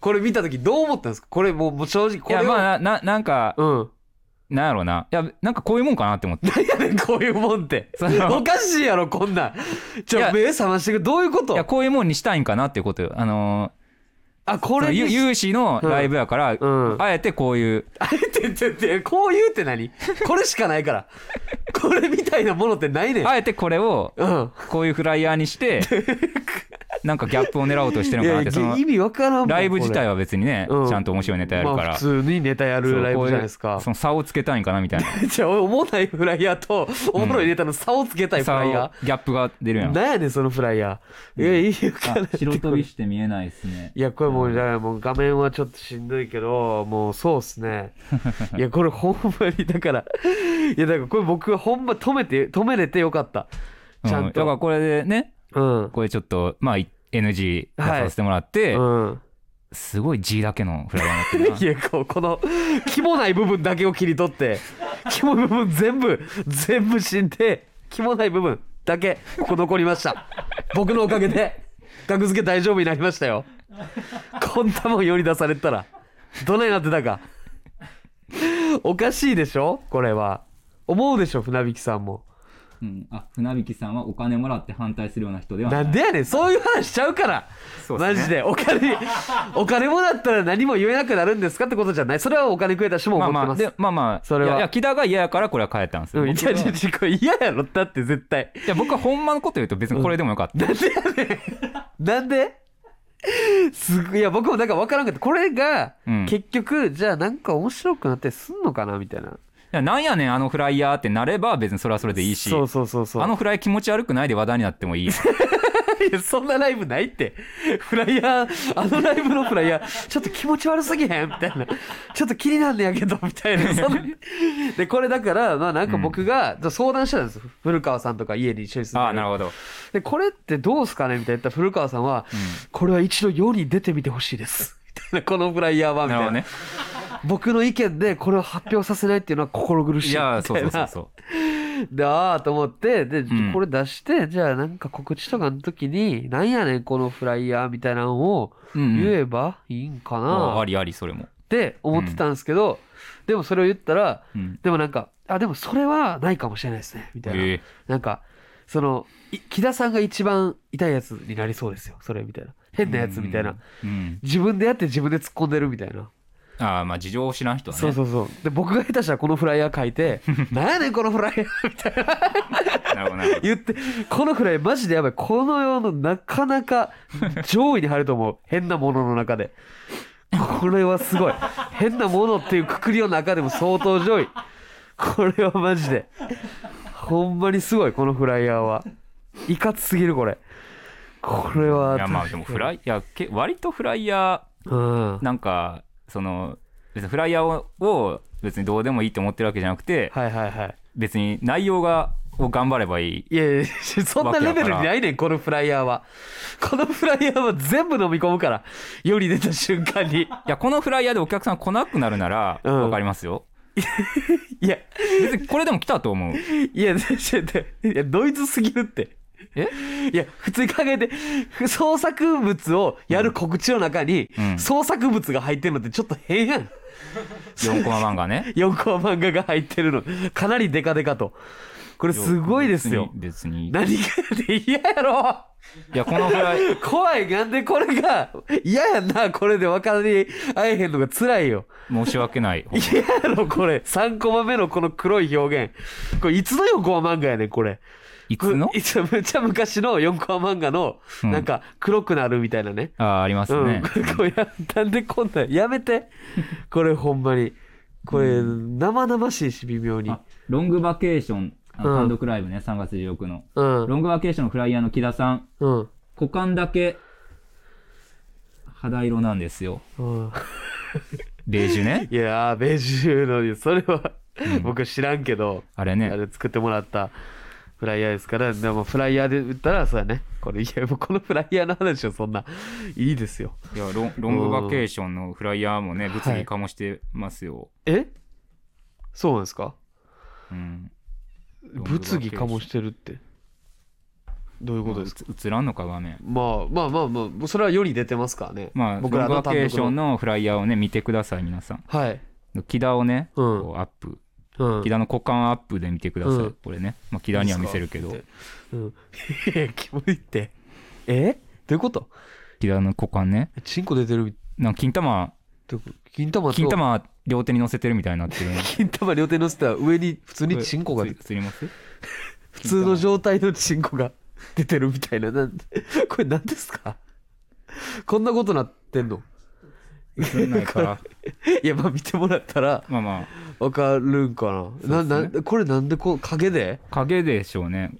これ見た時どう思ったんですかこれもう、もう正直、こ
いや
れを。
まあなななんか、
うん。
なんやろうないやなんかこういうもんかなって思って
何やねん、こういうもんって。
その
おかしいやろ、こんなん。ち
い
ょ、
や
目覚ましてくれ。どういうこ
いや
と
こういうもんにしたいんかなっていうことよあの
あ、
ー
こ
その
れに、
ゆ有志のライブやから、
うんうん
あえてこういう
あえてってって、こう言うって何これしかないから。これみたいなものってないねん。
あえてこれを
うん。
こういうフライヤーにして なんかギャップを狙おうとしてる
い
のかな
や、
ってその
意味わからんもん
ライブ自体
は
は別にね、
うん
ちゃんと面白いネタやるから、
普通にネタや
そう
るライ
こ
ブ
う
じゃないですか
そ。の差をつけたいんかなみたいな
じゃあ、おもないフライヤーと、おもろいネタの差をつけたいフ
差を
ライヤ
ギャップが出るや
ー。
ん
なんやねん、そのフライヤー。いや、いいよかな。
白飛びして見えないですね
いや、これもう、だからもう画面はちょっとしんどいけど、もうそうっ すね。いや、これほんまに、だから、いや、だからこれ僕はほんま止めて、止めれてよかった。ちゃ
うんんだから
と。
これでね
うん。
これちょっとまあい NG 出させてもらって、
うん。
すごい G だけのフライヤーになって
い
る
やこうこのキモない部分だけを切り取ってキモい部分全部全部死んでキモない部分だけここ残りました僕のおかげで格付け大丈夫になりましたよこんなもん世に出されてたらどないなってたかおかしいでしょこれは思うでしょ船引さんも
な、 うん、あ船引さんはお金もらって反対するような人ではな
ないんでやねんそういう話しちゃうから
そうっすね
マジでお金お金もらったら何も言えなくなるんですかってことじゃないそれはお金くれた人も思
まあまあ
ってます
でまあまあ
それはい
やいや木田が嫌やからこれは変えたんですよ、
うん、い
僕
や
はい
やいやこれ嫌やろだって絶対
いや僕はほんまのこと言うと別にこれでもよかった、
なんですごいいや僕もなんか分からんかったこれが、
うん
結局じゃあなんか面白くなってすんのかなみたいない
やなんやねんあのフライヤーってなれば別にそれはそれでいいし
そうそうそうそう
あのフライ気持ち悪くないで話題になってもいい
いやそんなライブないってフライヤーあのライブのフライヤーちょっと気持ち悪すぎへんみたいなちょっと気になんねやけどみたい なそんなでこれだからまあなんか僕が相談してたんですよ古川さんとか家に一緒に住んで
ああなるほど、
でこれってどうすかねみたいな言ったら古川さんは、これは一度世に出てみてほしいです。 みたいなこのフライヤーは
うん、
み
なる
た
ほ
いな、
どね
僕の意見でこれを発表させないっていうのは心苦しい
い
み
や
た
そう
い
そうそう
な
そう
でああと思ってで、
ん
これ出してじゃあなんか告知とかの時になんやねんこのフライヤーみたいなのを
うんうん
言えばいいんか
あ
な
あ
っ
りありそれも、
て思ってたんですけど、でもそれを言ったら
うん、
でもなんかあでもそれはないかもしれないですねみたいな、
ええ
なんか、その、い木田さんが一番痛いやつになりそうですよ、それみたいな。変なやつみたいな。
うん、うん
自分でやって自分で突っ込んでるみたいな。
ああまあ事情を知らん人はね
そうそうそう。で、僕が下手したらこのフライヤー書 いて、なんやねんこのフライヤーみたいな
なるほどなるほど
言って、このフライヤーマジでやばい。この世のなかなか上位に入ると思う。変なものの中で。これはすごい。変なものっていうくくりの中でも相当上位。これはマジで。ほんまにすごい、このフライヤーは。いかつすぎる、これ。これは。
いやまあでもフライヤーけ割とフライヤ
うん。は
ーなんかその別にフライヤーをを別にどうでもいいと思ってるわけじゃなくて
いはいはい。
別に内容がを頑張ればいい
いやいや、そんなレベルにないねん、このフライヤーは。このフライヤーは全部飲み込むから。世に出た瞬間に。
いやこのフライヤーでお客さん来なくなるなら
うん
分かりますよ、
いや、
別にこれでも来たと思う
いや、ちょっといやドイツすぎるって。
え
いや、普通に考えて、創作物をやる告知の中に、
うん
創作物が入ってるのってちょっと変やん。
4コマ漫画ね
4コマ漫画が入ってるの。かなりデカデカと。これ すごいですよ。
別に別に
何がやねん嫌やろ
いやこのフライ
怖いなんでこれが嫌やなこれで分かり合えへんのが辛いよ
申し訳 ない
嫌やろこれ3コマ目のこの黒い表現これいつの4コマ漫画やねんこれ
いつの
いつ めっちゃ昔の4コマ漫画の
うん
なんか黒くなるみたいなね、
あーあります
うん
ね、
これやなんでこんなんや めてこれほんまにこれ生々しいし微妙に
あロングバケーションあ
うん
単独ライブね3月16日の
うん
ロングバケーションのフライヤーの木田さん
うん
股間だけ肌色なんですよ
うん
ベージュ ね
いやーベージュのそれは
ん
僕知らんけど、
あれ
あ
ね
れ作ってもらったフライヤーですから、でもフライヤーで売ったら、そうやね。これ、いや、もうこのフライヤーの話はそんな、いいですよ。
いやロンロングバケーションのフライヤーもね物議かもしてますよ、
えそうなんですか
うん、
物議かもしてるって。どういうことですか、
まあうつ映らんのか画面
まあまあまあまあ、それは世に出てますからね。
まあ
僕
僕ら
ら
の
の
バ
単
ケーショ
独
ン
の。
のフライヤーをね見てください皆さん
はい。
木田をね、
うん
こうアップ
うん
木。田の股間アップで見てください、
うん
これね、まあ、木田には見せるけど
いいっすか。うん。いや、キモいって。えどういうこと
木田の股間ね
チンコ出てるみ
なんか金玉
どういうこと金玉と
金玉両手に乗せてるみたいになってる
金玉両手に乗せたら上に普通にチンコが出て
つ映ります
普通の状態のチンコが出てるみたいな。なんこれ何ですかこんなことなってんの
映んないから
いや、まあ見てもらったら
まあまあ
わかるんかな。
そう
な、
です
な、これなんでこう、影で
影でしょうね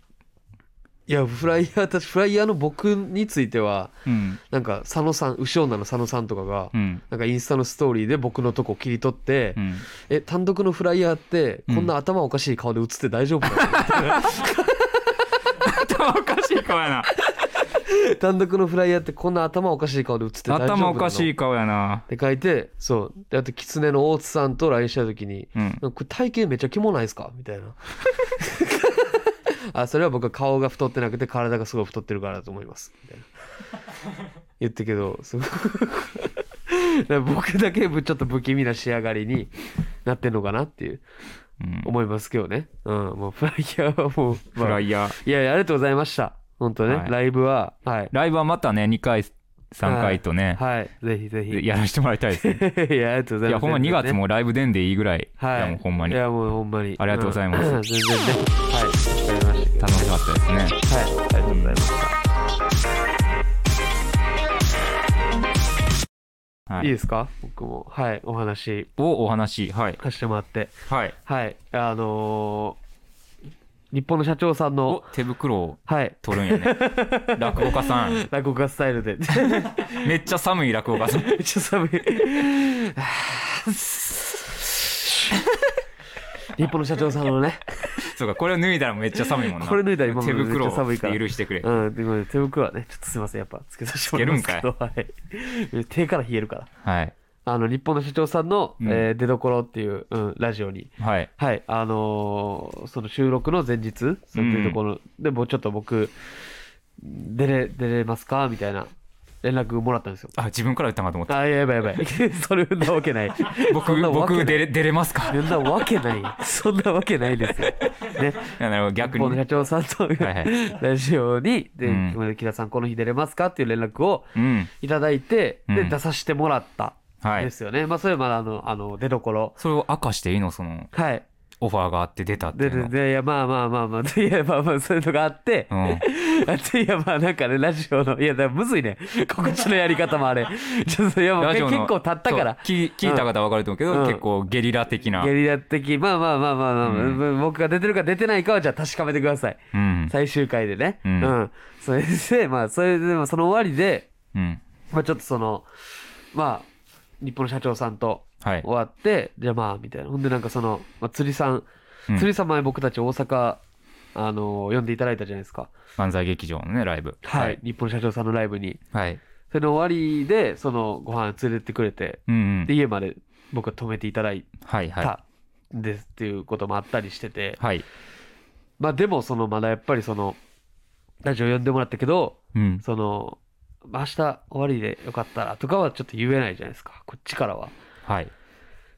いや、フライヤー、私、フライヤーの僕については、
うん
なんか、佐野さん、牛女の佐野さんとかが
う、ん
なんかインスタのストーリーで僕のとこ切り取って
う、ん
え、単独のフライヤーって、
うん
こんな頭おかしい顔で映って大丈夫か な
頭おかしい顔やな
単独のフライヤーってこんな頭おかしい顔で映って大丈夫なの
頭おかしい顔やな
って書いてそうであと狐の大津さんと LINE した時に
うん
「これ体型めっちゃキモないですか?」みたい なあそれは僕は顔が太ってなくて体がすごい太ってるからだと思いますみたいな言ってけどすごい 僕だけぶちょっと不気味な仕上がりになってんのかなっていう
うん
思いますけどね、うん、もうフライヤーはもう、
フ
ま
ラ
あい
イヤー
やいやありがとうございました本当ね、
はい
ライブははい、
ライブはまたね2回3回とね、
はい、ぜひぜひい
やらせてもらいたい ですね
やありがと
い
うございます
やほんま2月もライブでんでいいぐらい、、
はいい。
やもうほんまに
いや、もうほんまに。
ありがとうございます
ん 全然ね。はい。わかりまし
楽しかったですね
た。はい。ありがとうございます。
はい
いですか僕も。はい。お話、
をお話はい
させてもらって。
はい
はい。あのー、日本の社長さん
お
の、
手袋を
はい。
取るんや ね落語家さん
落語家スタイルで。め
めっちゃ寒い落語家さん
っちゃ寒い。 日本の社長さんのね、
そうかこれを脱いだらめっちゃ寒いもんな
これ脱いだら今も
手袋
めっちゃ寒いから
を許してくれ
うん、でも手袋はね、ちょっとすいません、やっぱつけさせてもらいますけど、はい。手から冷えるから。
はい
あの、日本の社長さんの、
うん
えー出どころっていう、うん、ラジオに、
はい
はい、あのーその収録の前日、その出どころ、で、もうちょっと僕、出れ、出れますかみたいな連絡もらったんですよ。
あ自分から言ったんかと思った
あ、やばいやばい。 それなわけない。
僕
そんなわけな
僕
い
出れ出れますか
そんなわけない。そんなわけな いですよ。ね。
いやなるほど
日
逆
本の
に
社長さんと、
い
ラジオに、で、
うん
木田さんこの日出れますかっていう連絡を
うん
いただいて、で、
うん
出させてもらった。
は
で
い
すよね。まあ、それはまだあの、あの、出どころ。
それを明かしていいのその
はい。
オファーがあって出たっていう
で、
の
で、で、いや、まあまあまあまあ、でいや、まあまあ、そういうのがあって、
うん
あっていや、まあなんかね、ラジオの、いや、だからむずいね。告知のやり方 も あれ。ちょっと、いや、もう
ラジ
結
オの
構経ったから。
そう聞聞いた方は分かると思うけど、
うん
結構ゲリラ的な、
ゲリラ的、まあまあまあまあまあ、
うん
まあ僕が出てるか出てないかは、じゃあ確かめてください。
うん
最終回でね。
うん
それで、まあ、それで、まあその終わりで、
うん、
まあちょっとその、まあ、日本の社長さんと
はい
終わって、じゃあまあ、みたいな。ほんでなんかその、まあ、釣りさん、
うん
釣りさん前僕たち大阪、あのー呼んでいただいたじゃないですか。
漫才劇場のねライブ
はい。日本の社長さんのライブに。
はい
それの終わりで、その、ご飯連れてってくれて、
うんうん
で、家まで僕は泊めていただい
はいは
たんですっていうこともあったりしてて
い、はい
まあでも、その、まだやっぱりその、ラジオ呼んでもらったけど、
うん
その、まあ明日終わりでよかったらとかはちょっと言えないじゃないですか、こっちからは。
はい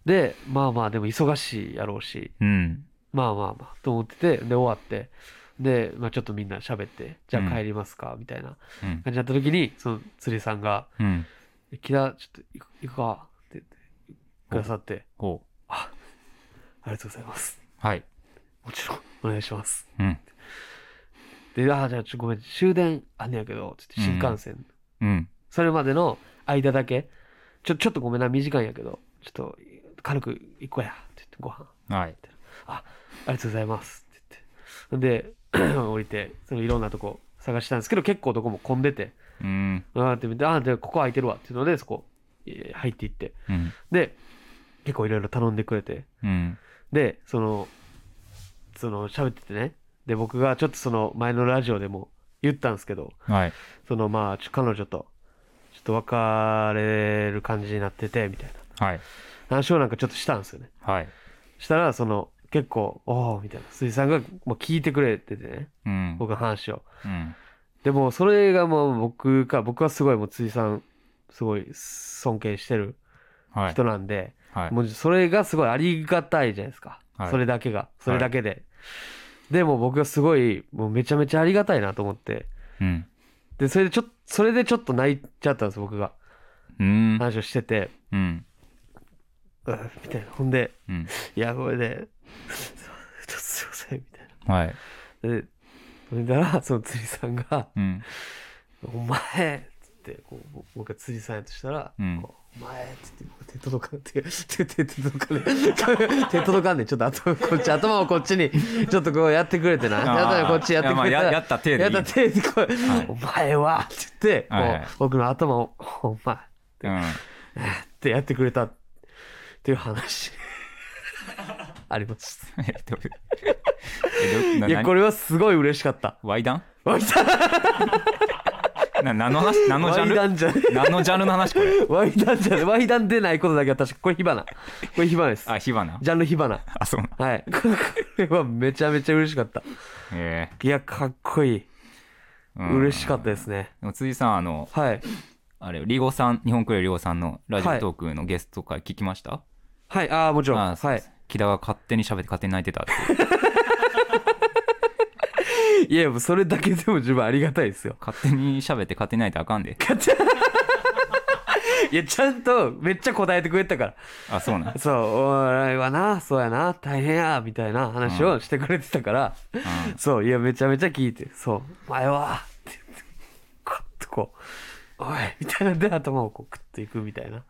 で、まあまあ、でも忙しいやろうし、
うん
まあまあまあ、と思ってて、で、終わって、で、まあちょっとみんな喋って、じゃあ帰りますか、みたいな
うん
感じになった時に、その釣りさんが、
うん
木田、ちょっと行く行くか、って言ってくださって、
ほう
ありがとうございます。
はい
もちろん、お願いします。
うん
で、ああ、じゃあちょっとごめん、終電あんねやけど、つって
うん
新幹線、
うん
それまでの間だけ、ちょ、ちょっとごめんな、短いんやけど、ちょっと軽く行こうや、って言ってご飯。
はい
ありがとうございますって言って。で、 降りて、そのいろんなとこ探したんですけど、結構どこも混んでて、
うん
あーって見て、あーで、ここ空いてるわっていうので、そこえー入っていって、
うん
で、結構いろいろ頼んでくれて、
うん
で、その、その、喋っててね、で、僕がちょっとその前のラジオでも言ったんですけど、
はい
そのまあ、ちょ彼女と、ちょっと別れる感じになってて、みたいな
はい
話をなんかちょっとしたんですよね。
はい
したら、その、結構、おおみたいな、水さんがもう聞いてくれててね、
うん
僕の話を。
うん
でもそれがもう僕か僕はすごいもう辻さんすごい尊敬してる
はい
人なんで、
はい
もうそれがすごいありがたいじゃないですか、
はい
それだけがそれだけで、でも僕はすごいもうめちゃめちゃありがたいなと思って
うん
でそれでちょっそれでちょっと泣いちゃったんです僕が
うん
話をしてて、
うん
うんみたいなほんで
うん
いやこれでちょっとすいませんみたい
はい
なでそれならその辻さんが
うん
お前つってこうぼ僕が釣りさんやとしたら、
うん
こうお前つって僕手届かん手手手手届かねえ手届かんねえちょっと頭こっち頭をこっち にちょっとこうやってくれてな頭をこ っちやってくれ
いやま
たら
あややった手でい
や
い
った手でこう、
はい
お前はって言って、
はいはい
こう僕の頭をお前っ
うん
てやってくれたって いう話あります
えどういうえどない
やこれはす ごい嬉しかった
ワイダン
湧いた
な何の 話何のジャン
湧いた
ル
んじゃね
何のジャンルの話これ
ワイダンじゃない、ワイダンでないことだけは確か、これ火花。これ火花です。
あ火花
ジャンル火花。
あそうなん
はい。これはめちゃめちゃ嬉しかった。
え
いや、かっこいい。
えうん
嬉しかったですね。
でも辻さんあの
はい。
あれリゴさん日本クレリゴさんのラジ
は
オ
い
トークのゲスト会聞きました、
はい、ああ、もちろん。
あそう
は
で
い
す。木田が勝手に喋って勝手に泣いてた っていう
いや、もうそれだけでも十分ありがたいですよ。
勝手に喋って勝手に泣いてあかん で
いや、ちゃんとめっちゃ答えてくれたから。
あそうなん、
そう、お笑いはな、そうやな、大変や、みたいな話をしてくれてたから。
う
そう、いや、めちゃめちゃ聞いて、そう、お前は、って言って、こうやってこう、おい、みたいなんで頭をこう、くっていくみたいな。
ん、なる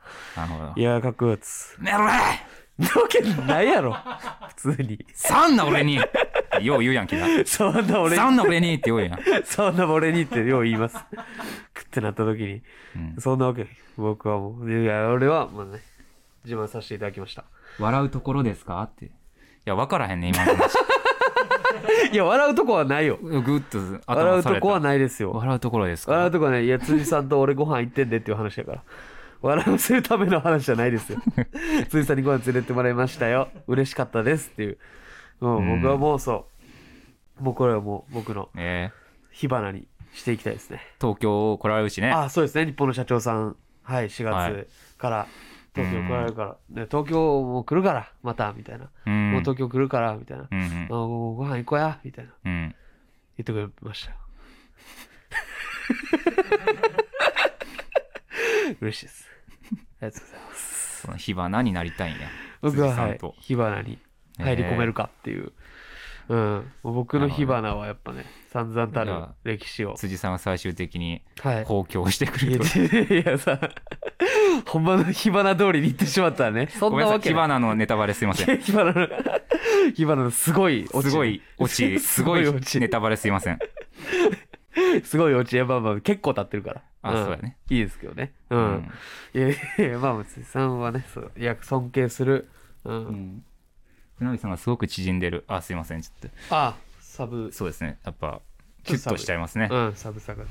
ほ
い
ど
や、かっこよかったっ す。
やめろれ
なわけないやろ、普通に。
さんな俺によう言うやん木田
そんな 俺に
さ、んな俺にってよう言うやん
そんな俺にってよう言います。 くってなった時に、
うん
そんなわけ、僕はもう、いや、俺は、もうね、自慢させていただきました。
笑うところですかっていや分からへんね今の 話
いや、笑うとこはないよ。
グッと
笑
頭
う
され
と
た
こはないですよ。
笑うところですか
笑うとこね、いや、辻さんと俺ご飯行ってんでっていう話だから。笑わせるための話じゃないですよ。 辻さんにご飯連れてもらいましたよ。嬉しかったですっていう。も
う
う
ん
僕はもうそう。もうこれはもう僕の
え
火花にしていきたいですね。
え東京来られるしね
あ、そうですね。日本の社長さん。はい、4
はい
月から東京来られるから。ね、東京も来るから、また、みたいな。
うん
もう東京来るから、みたいな。あ
うんうん
ごご飯行こうや、みたいな。
うん
言ってくれ ましたよ。嬉しいです。ありがとうございます。
その火花になりたいんや
僕は、
辻さ
は
ん
い
と、
火花に入り込めるかっていう。うん、もう僕の火花はやっぱね、散々たる歴史を。
辻さんは最終的に
はい。
公共してく
い
れる
や、いやさ、ほんまの火花通りに行ってしまったらね。そ
と。
ん
ごめんなさ
なわ
い、
け
火
ない。
花のネタバレすいません。
火花の、火花のすご い落ち。
すごい落 ち、すごい
落ち
ネタバレすいません。
すごい落ち。いや、まあまあ、結構経ってるから。
あ
ん
そうやね。
いいですけどね。う。。
うん
いやいやいや、まあ、松井さんはね、そう、いや、尊敬する。うん。
うん船木さんがすごく縮んでる。あ、すいません。ちょっ
ああ、サブ
と。、そうですね。やっぱ、キュッとしちゃいますね。
うん、サブサがね、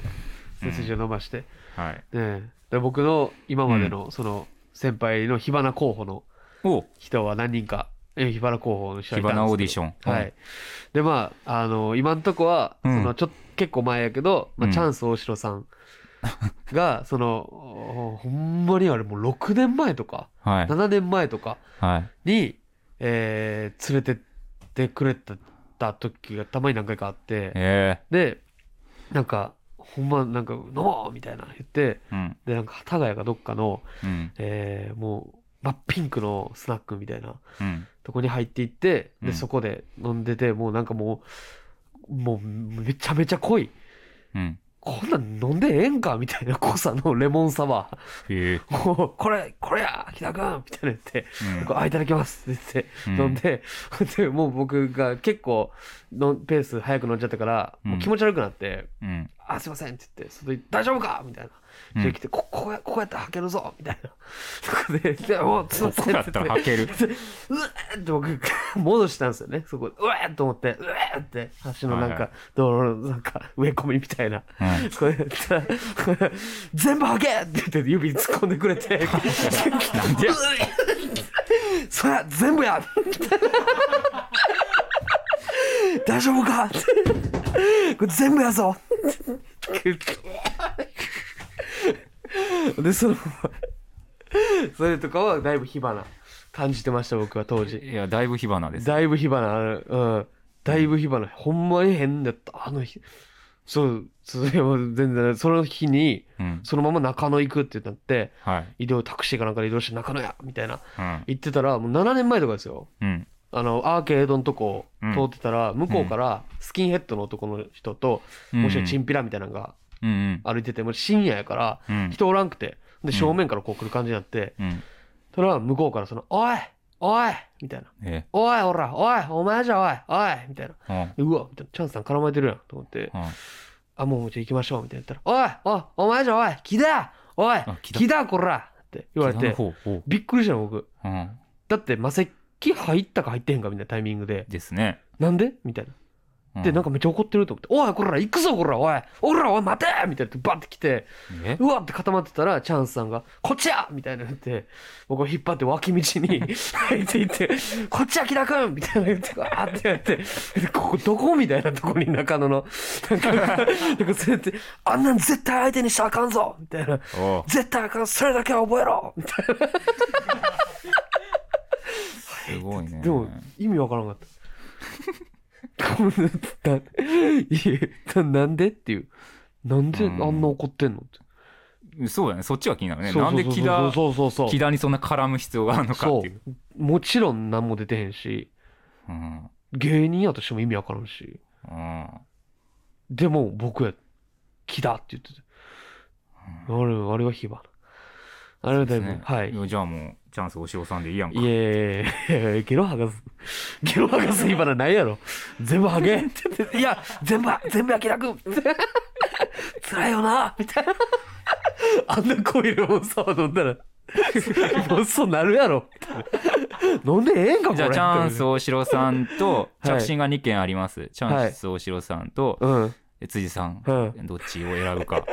背筋を伸ばして。
はい。
ねえで僕の今までの、その、先輩の火花候補の
おう
人は何人か、え火花候補の人
火
はいたんですけど
花オーディション。
は
うん
い。。で、まあ、あの、今んとこは、
うん
その、ちょっと、結構前やけど、ま
う
あ、
ん
チャンス大城さんが、その、ほんまにあれもう6年前とか、
はい。
7年前とか
はい。
に、えー連れてってくれた時がたまに何回かあって、
え
で、なんか、ほんま、なんか、飲もうみたいな言って、
え。うん。
で、なんか、幡ヶ谷かどっかの、
うん。
えーもう、真っピンクのスナックみたいな、
うん。
とこに入っていって
う
で、
ん
そこで飲んでてもうなんかもうもうめちゃめちゃ濃い
うん。
こんなん飲んでええんかみたいな濃さのレモンサワ
へえ。
ーもうこれこれや北君みたいな言って
うん
「これあいただきます」って
うん
言って飲んで、でもう僕が結構のペース早く飲んじゃったから、もう気持ち悪くなって
うん。
「あすいません」って言って外に「大丈夫か?」みたいな。
うん
来て、こここやここやったら履けるぞみたいな。そこで、でもう、すいませ
こ
ん
こやったら履ける
でうわーって僕、 戻したんですよね。そこで、うわーって思って、うわーって、橋のなん
はいは
か、道路のなんか、植え込みみたいな。
うん
こうやったら 全部履けって言って指突っ込んでく れ て。なんでそりゃ全部や 大丈夫か これ全部やぞ で、その、それとかはだいぶ火花感じてました、僕は当時。
いや、だいぶ火花です。
だいぶ火花ある。うん。だいぶ火花。ほんまに変だった。あの日。そう、それは全然、その日に、
うん。
そのまま中野行くってなって、
はい。
移動、タクシーかなんかで移動して中野やみたいな。
うん。
行ってたら、もう7年前とかですよ。
うん。
あの、アーケードのとこ
うん
通ってたら、向こうからスキンヘッドの男の人と、
うん
もしくはチンピラみたいなのが
うんうん。
歩いてて、もう深夜やから、
うん。
人おらんくて、で、正面からこう来る感じになって、
うん。
それは向こうからその、おいおいみたいな。
え
おい、おら、おい、お前じゃ、おい、おいみたいな。
え。うん。
でうわ、みたいな、チャンスさん絡まれてるやんと思って、
うん
あ、もうじゃあ行きましょう、みたいな言ったら、おい、おい、お前じゃ、おい、木だおい
あ、木だ
木だ、こらって言われ
膝の
て、
方おう
びっくりしたの、僕。
うん。
だって、魔石入ったか入ってへんかみたいなタイミングで、
ですね。
なんでみたいな。
う
で、なんかめっちゃ怒ってると思って、おい、こら、行くぞ、こら、おい、おら、おい、待てみたいなって、バッて来て、
え
うわって固まってたら、チャンスさんが、こっちやみたいな言って、僕を引っ張って脇道に入っていって、こっちや、木田君みたいな言って、あーってやって、でここどこみたいなとこに中野の、なんか、なんかそれって、あんなん絶対相手にしちゃあかんぞみたいな。
おう
絶対あかん、それだけは覚えろみたい
すごいね。
な。でも、意味わからんか った。こんな、いや、なんでっていう。なんであんな怒ってんのって。
そうだね。そっちは気になるね。
そう
な
そうそ
ん
う
で木田、
そうそうそう。
木田にそんな絡む必要があるのかっていう。
そうもちろん何も出てへんし
うん。
芸人やとしても意味わからんし
うん。
でも僕や木だって言っててあれあれは火花あれはだいぶ、
ね
はいい
やじゃあもう、チャンスおしおさんでいいやんか。
やいやいやいやいやゲロ吐かすゲロ吐かす火花ないやろ全 部吐けって言っていや全部全部焼きだく辛いよなみたいなあんな濃いレモンサワー飲ん だらもうそうなるやろ飲んでええんかこれ
じゃあ、チャンス大城さんと、
はい
着信が2件あります。チャンス大城さんと、
うん
え辻さん、
う
どっちを選ぶか。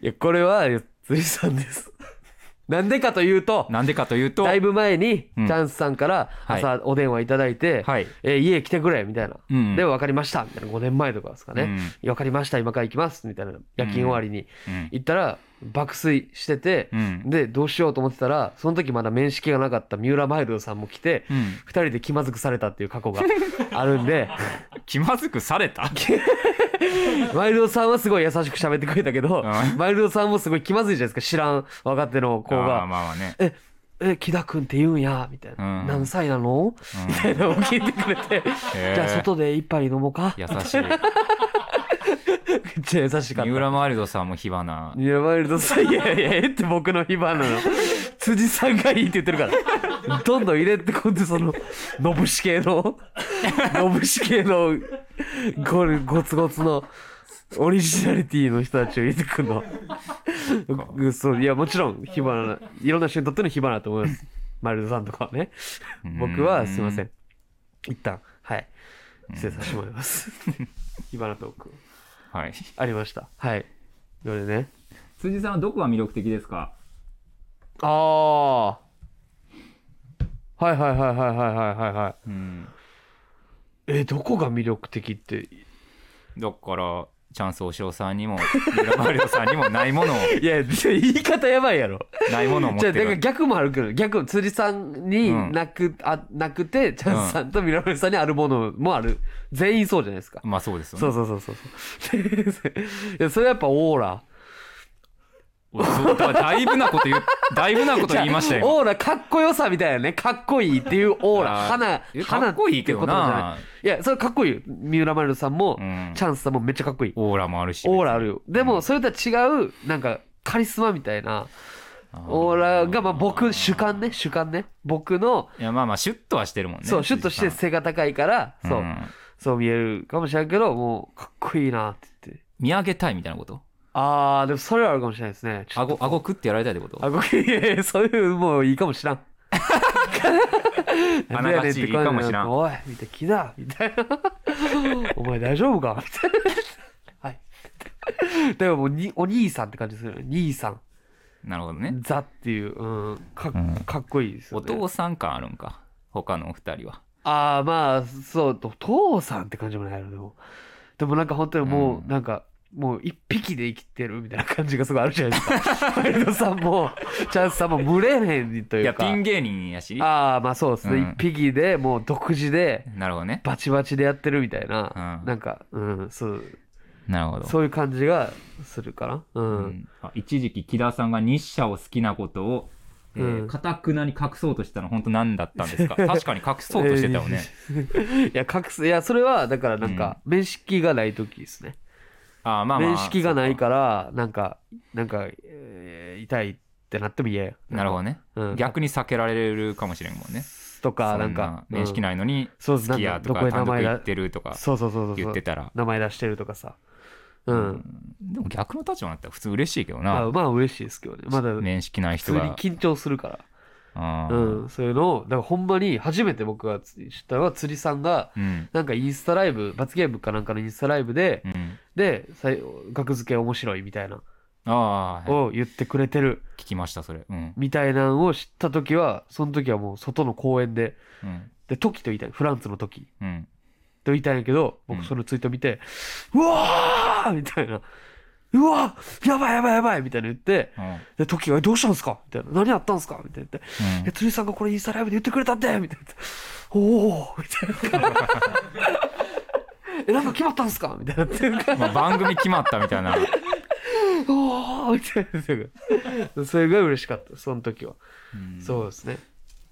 いや、これは、釣りさんです。 なんでかというと、
なんでかというと、
だいぶ前に、チ
うん
ャンスさんから
はい
朝お電話いただいて、
はい。
えー家来てくれ、みたいな。
うん
で、分かりました、みたいな。5年前とかですか
う
ね。
ん
分かりました、今から行きます、みたいな。夜勤終わりに。
うん
行ったら、爆睡してて
う、ん。
で、どうしようと思ってたら、その時まだ面識がなかった三浦マイルドさんも来て、
うん
2人で気まずくされたっていう過去があるんで、
気まずくされた
マイルドさんはすごい優しく喋ってくれたけど
う、ん
マイルドさんもすごい気まずいじゃないですか、知らん若手の子
まあ
が。
まあまあね。
え、え、木田くんって言うんや、みたいな。
うん
何歳なの
うん
みたいなのを聞いてくれて、
へー
じゃあ外で一杯飲もう か。
優しい。
めっちゃ優しかっ
三
た。
浦マイルドさんも火花。
いや、ワイルドさん、いやいや、ええって僕の火花の。 辻さんがいいって言ってるから。どんどん入れてこんで、その、のぶし系 の、のぶし系の、ゴル、ゴツゴツの、オリジナリティの人たちを入れてくんの。う そう、いや、もちろん、火花、いろんな人にとっての火花だと思います。マイルドさんとかはね。僕は、すいませ。
うん
一旦、はい。失礼させてもらい ます。火花トーク、
ーん。はい。
ありました。はい。どれね。
辻さんはどこが魅力的ですか
ああ。はいはいはいはいはいはいはいはい。
うん。
えどこが魅力的って。
だから、チャンスおしさんにも、三浦マイルドさんにもない ものを、
いや、言い方やばいやろ。
ないものを持っ
じゃ
て
あ、だから
る。
逆もあるけど、逆、辻さんに
うん
なく、あなくて、チャンスさんとミラメさんにあるものもある。全員そうじゃないですか。
まあそうですよ
そ
ね
う。そうそうそう そう。いや、それやっぱオーラ。
おそうだだいぶなこと言う、だいぶなこと言いました よ。
オーラ、かっこよさみたいなね。かっこいいっていうオーラ。
あー
花
え、
花
かっこいいけ
って
ど
ことじゃ
な。
ない。いや、それかっこいいよ。三浦丸さんも、
うん
チャンスさんもめっちゃかっこいい。
オーラもあるし。
オーラあるよ。でも、それとは違う、なんか、カリスマみたいな、
あー
オーラが、まあ僕、主観ね、主観ね。僕の、
いや、まあまあ、シュッとはしてるもんね。
そう、シュッとして
辻さ
背が高いから、
ん
そうう、
ん
そう見えるかもしれんけど、もう、かっこいいなって言って。
見上げたいみたいなこと
あー、でもそれはあるかもしれないですね。ちょっ
顎、
と
顎食ってやられたいってこと
あごき、いやいやそういう、もういいかもしらん。
あながちいいかもしらん
おい、見て、木だみたい な。お前大丈夫かみ たいな。はい。でももうに、お兄さんって感じするよね。兄さん。
なるほどね。
ザっていう、うん、か
ん
かっこいいですよ
お
ね。
父さん感あるんか。他のお二人は。
ああ、まあ、そう、お父さんって感じもないの、でも。でもなんか本当にもう、
うん
なんか、もう一匹で生きてるみたいな感じがすごいあるじゃないです か。ワイルドさんも、チャンスさんも群れへんと
い
い
や、
うか。
ピン芸人やし。
ああ、まあそうですね。
うん
一匹で、もう独自で、
なるほどね。
バチバチでやってるみたいな、
うん
なんか、うん、そう、
なるほど。
そういう感じがするかな。う。
うんんあ一時期、木田さんが日射を好きなことを、え
う
ー
ん
かたくなに隠そうとしたの、本当何だったん ですか確かに隠そうとしてたよね。
いや、隠す、いや、それは、だからなんか、面識がない時ですね。
ああ、まあまあ。
面識がないから、なんか、なんか、えー痛いってなっても嫌や。
そうか。なるほどね。
うん
逆に避けられるかもしれんもんね。
とか、なん
そ
か、
面識な
ない。
いのに、
そう
好き
な
や
ん
と
か、ど
か、
こへ名
単独
前
行っ
だ、
てるとか
そうそうそうそ
言っ
う
て、たら。
名前出してるとかさ。うん。
でも逆の立場になったら普通嬉しいけど
ま
な
あ、。まあ、嬉しいですけどね。まだ、普
面識ない
通
人
に
が。
緊張するから。
あー
うん、そういうのを、だからほんまに初めて僕が知ったのは釣りさんが、
うん。
なんかインスタライブ、罰ゲームかなんかのインスタライブで、
うん。
で、さい学付け面白いみたいな、
ああ、はい
を言ってくれてる
聞きました、それ。うん。
みたいなのを知った時は、その時はもう外の公園で、
うん。
で、時と言いたい、フランツの時
うん。
と言いたいんやけど、
うん
僕そのツイート見て、うわーみたいな、うわーやばいやばいやばいみたいな言って、
うん。
で、時が、えどうしたんすかみたいな、何やったんすかみたいな言って、
うん
え、釣りさんがこれインスタライブで言ってくれたってみたいな。おおみたいな。 え、なんか決まったんすかみたいな。
まあ、番組決まったみたいな。
おおみたいな。それが嬉しかった、その時は。そうですね。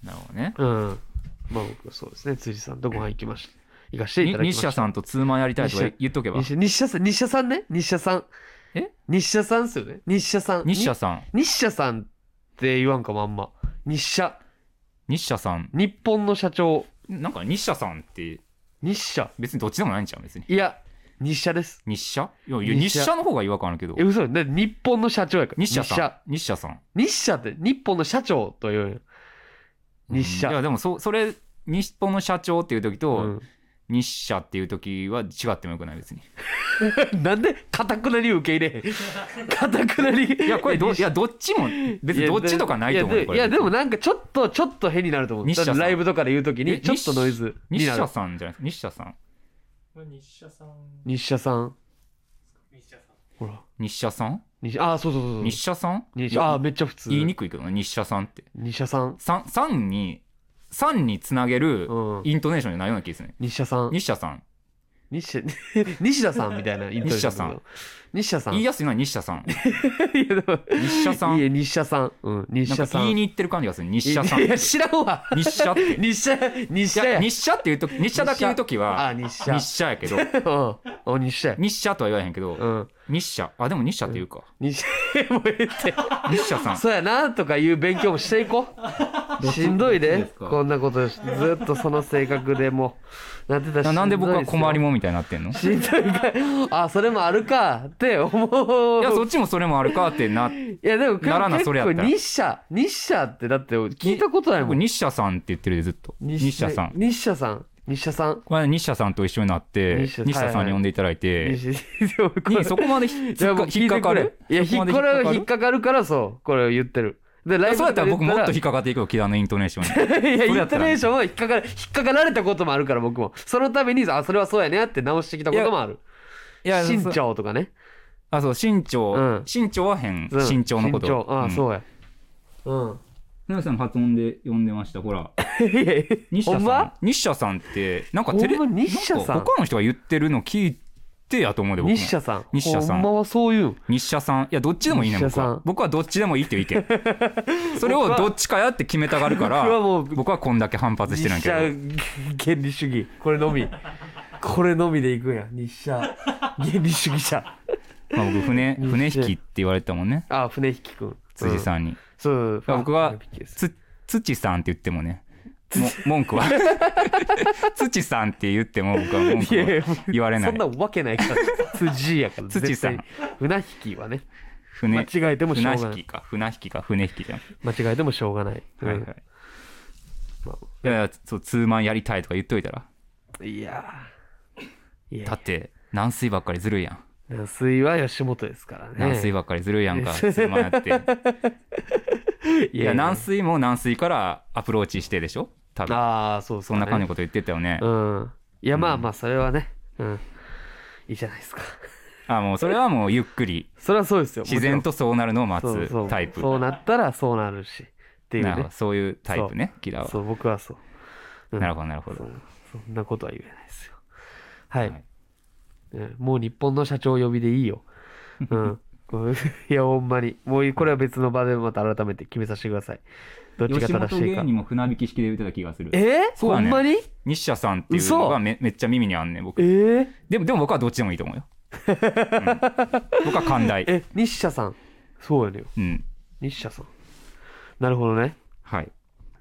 なるほどね。
うん。まあ僕はそうですね、釣りさんとご飯行きました。行かしてい
に
ただきま
西
し
社
た。
さんとツーマンやりたいとか
西社
言っとけば。
日社さん、日社さんね日社さん。
え
日社さんっすよね日社さん。
西社さん。
日社さんって言わんかもあんま。日社。
西社さん。
日本の社長。
なんか西社さんって
日社。
別にどっちでもないんちゃう別に。
いや、日社です。
西社いやいや、
日
西
社
社の方が違和感あるけど
え、。嘘だって日本の社長やから。
西社さん。西社さん。
日社。日社って日本の社長というよ
うん
日社
いや、でもそ、それ、日本の社長っていう時
う
と
ん、
日社っていう時は違ってもよくない別に。
なんで、かたくなに受け入れ へん。かたくなに。い
いや、これど、い
や、
や、どっちも、別にどっちとかないと思うよ
や
こ
で
れ
いや、でもなんかちょっと、ちょっと変になると思う。
日社さん
だってライブとかで言うとき
え
に、ちょっとノイズに
西
なる
社。さんじゃない西社さん。
日社さん、
日社さん。
日社さん。
ほら。
日社さん
日社、あー、そうそうそう
日
そ
社さん
う。日社、あー、めっちゃ普通。
言いにくいけどな、日社さんって。
日社さん。
三三に、三につなげる
うん
イントネーションじゃないような気がするね。
日社さん。
日社さん。
日社、西田さんみたいなイントネーショ
日社
ン
さん
日社さん。
言い
いや、
やすいのは日社 さん。
でも
日社さん
い。や、日社さん。うん、日
なん
社
か
さん。
言いに行ってる感じがする。日社さん
い。や、知らんわ。
日社って。
日社、日
い
社
や
や。
日社っていうとき、日社だけ言うときは、
あ、日社
日。社や けど、
うん。お、日社や。
日社とは言わへんけど
う、ん。
日社。あ、でも日社って言うか。
日社、 もうええって。
日社さん。
そうやなとかいう勉強もしていこう。しんどい
どっちで。
です
か
こんなことしずっとその性格でもうなってたらし
ななんで僕は困り
も
もんみたいになってんの
しんどいかあそれもあるかって思う
い
い
や、
や
そっちもそれもあるかって な、
でも
ならな
結
それやった
構
ら
日社日社ってだって聞いたことないも
僕
ん
日社さんって言ってるでずっと。日社さん。
日社さん日社さん
この間日社さんと一緒になって、
日社
日社さんに呼んでいただいて、
日社
にそこまでひっ
いやも
か
う
引っかかる。
いや
そ
ひ
こま
っ
で
これは
かか
引っかかるからそうこれを言ってるで
い
ラ
やそうやったら僕もっと引
っ
っかかっていくよ、木田のイントネーションに。 それや
いや、イン
った
ト
ら
ネーションは引っかかる、引っかかられたこともあるから、僕も。そのために、あ、それはそうやねって直してきたこともある。
いや、
身
そう
長とかね。
あ、そう、身長。
うん
身長は変。
うん
身長のこと。
身長、あ、
うん
そうや。うん。
ナベさん発音で呼んでました。ほら。
いやいや
日
ほ
社
ん
さん
ま。
日社さんって、なんかテレ、
ほんま日社さん
なんか他の人が言ってるの聞いてやと思うで、僕も。
日社さん。
日社さん
ほんまはそういうん。
日社さん。いや、どっちでもいいね、
日社
僕
さん
は。僕はどっちでもいいっていう意見。 それをどっちかやって決めたがるから、
僕はもう
僕はこんだけ反発してるんや
日
け
社
ど。
原理主義。これのみ。これのみでいくんや。日社。原理主義者。
まあ、僕、船、
日社
船引きって言われてたもんね。
あ、船引きくん。
辻
ん。
さんに。
そう。
だから僕は
船引きです
つ、土さんって言ってもね、も文 句は。土さんって言っても僕は文句
いやい
は
や、
言われない
そん。なわけないから。辻やか ら。
辻さん
絶対に。船引きはね。間
船、
違えてもしょうが
船
な
引
い
き。か。船引きか、船引きじゃん。
間違えてもしょうがない。
はいはい
うん。ま
いやいや、そう、ツーマンやりたいとか言っといたら。
いやー。いや
だって、軟水ばっかりずるいやん。
軟水は吉本ですからね。
軟水ばっかりずるいやん か、
ね
ツーマンやって。
い
いや、軟水も軟水からアプローチしてでしょ多分。
ああ、そうです
そ
か
ん
ね
な感じのこと言ってたよね。
うん。いや、まあまあ、それはね。うん。いいじゃないですか。
あ、もうそれはもうゆっくり、
それはそうですよ。
自然
も
とそうなるのを
ち
待
ろんそうそ
つ
う
タイプ。
そうなったらそうなるし。っていう
なるほ
ね
ど。そういうタイプね、キラー
そ
は。
う、僕はそう。うん
なるほど、なるほ
そ
ど。
うそんなことは言えないですよ。はい。
はい
うんもう日本の社長呼びでいいよ。 うん。こういや、ほんまに。もうこれは別の場でまた改めて決めさせてください。どっちが
吉本
正しい
芸
か。
人も船引き式で言ってた気がする。
えー、
そう
ほ
だね
んまに
日社さんっていうのがめめっちゃ耳にあんねん、僕
え。ー、
でも、でも僕はどっちでもいいと思うよ。うん僕は寛大。
え、日社さん。そうやねよ。
うん。
日社さん。なるほどね。
はい。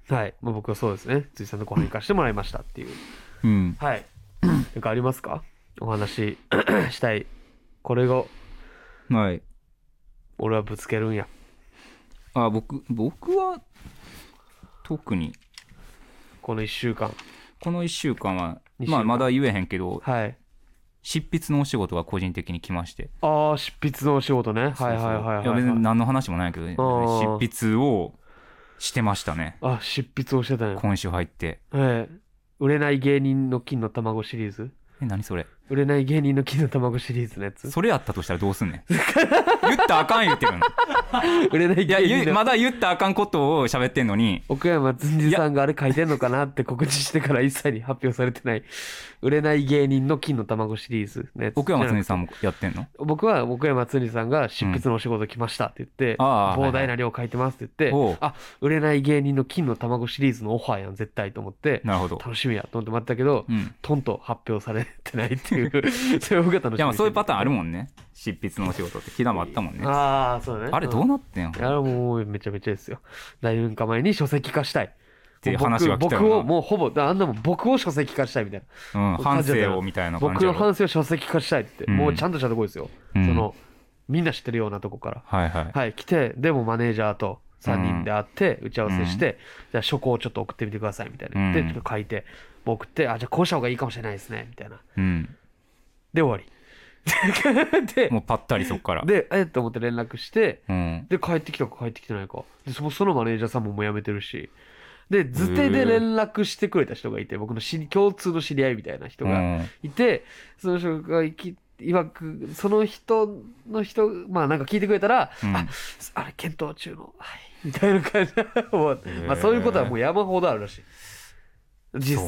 はい。まあ、僕はそうですね。辻さんのご飯行かしてもらいましたっていう。
うん。
はい。なんかありますかお話ししたい。これを
はい。
俺はぶつけるんや。
あ、僕、僕は、特に、
この1週間。こ
この1週間は、
二週間
まあ、まだ言えへんけど、
はい。
執筆のお仕事が個人的に来まして。
ああ、執筆のお仕事ね。はいはいはいはい、はい。
や、別に何の話もないけど、ね、
あー
執筆をしてましたね。
あ、執筆をしてたんや。
今週入って。
ええ。売れない芸人の金の卵シリーズ
え、何それ
売れない芸人の金の卵シリーズのやつ
それやったとしたらどうすんねん。言ったらあかん言ってるの。
売れ ない
いや
芸人
ゆ、
の、
まだ言ったらあかんことを喋ってんのに、
奥山つんじさんがあれ書いてんのかなって告知してから一切に発表されてない売れない芸人の金の卵シリーズのやつ
奥山つねさん
ん
もやってんの
僕は奥山つんじさんが執筆のお仕事来ましたって言って、
うんああ
膨大な量書いてますって言って、
おう
あ売れない芸人の金の卵シリーズのオファーやん絶対と思って
なるほど。
楽しみやと思って待ってたけど、
うん。
トンと発表されてないっていう そういう方の
いや、まあそういうパターンあるもんね。執筆のお仕事って。木田もあったもんね。あ
ああ、そうだね。
れどうなってんの
いや、もうめちゃめちゃですよ。何年か前に書籍化したい。って
いう話が来たよな
僕を、もうほぼ、あんなもん僕を書籍化したいみたい
うん、反省をみたい
な。
な感
僕
じや
の
ろ。
反省を書籍化したいって言って、
うん
もうちゃんとしたとこですよ。
うん
その、みんな知ってるようなとこから。
はいはい。
はい、来て、でもマネージャーと3人で会って、打ち合わせして、じゃあ書庫をちょっと送ってみてくださいみたいな。
うん
で、ちょっと書いて、僕って、あ、じゃあこうした方がいいかもしれないですね、みたいな。
うん。
で、終わり。で、
もうぱったりそっから。
で、えっと思って連絡して、
うん。
で、帰ってきたか帰ってきてないか。で、そそのマネージャーさんももう辞めてるし。で、図手で連絡してくれた人がいて、僕の知り共通の知り合いみたいな人
う
が
ん。
いて、その人がいき、いわく、その人の人、まあなんか聞いてくれたら、
うん
あ、あれ検討中の、はい、みたいな感じ。もうまあそういうことはもう山ほどあるらしい。実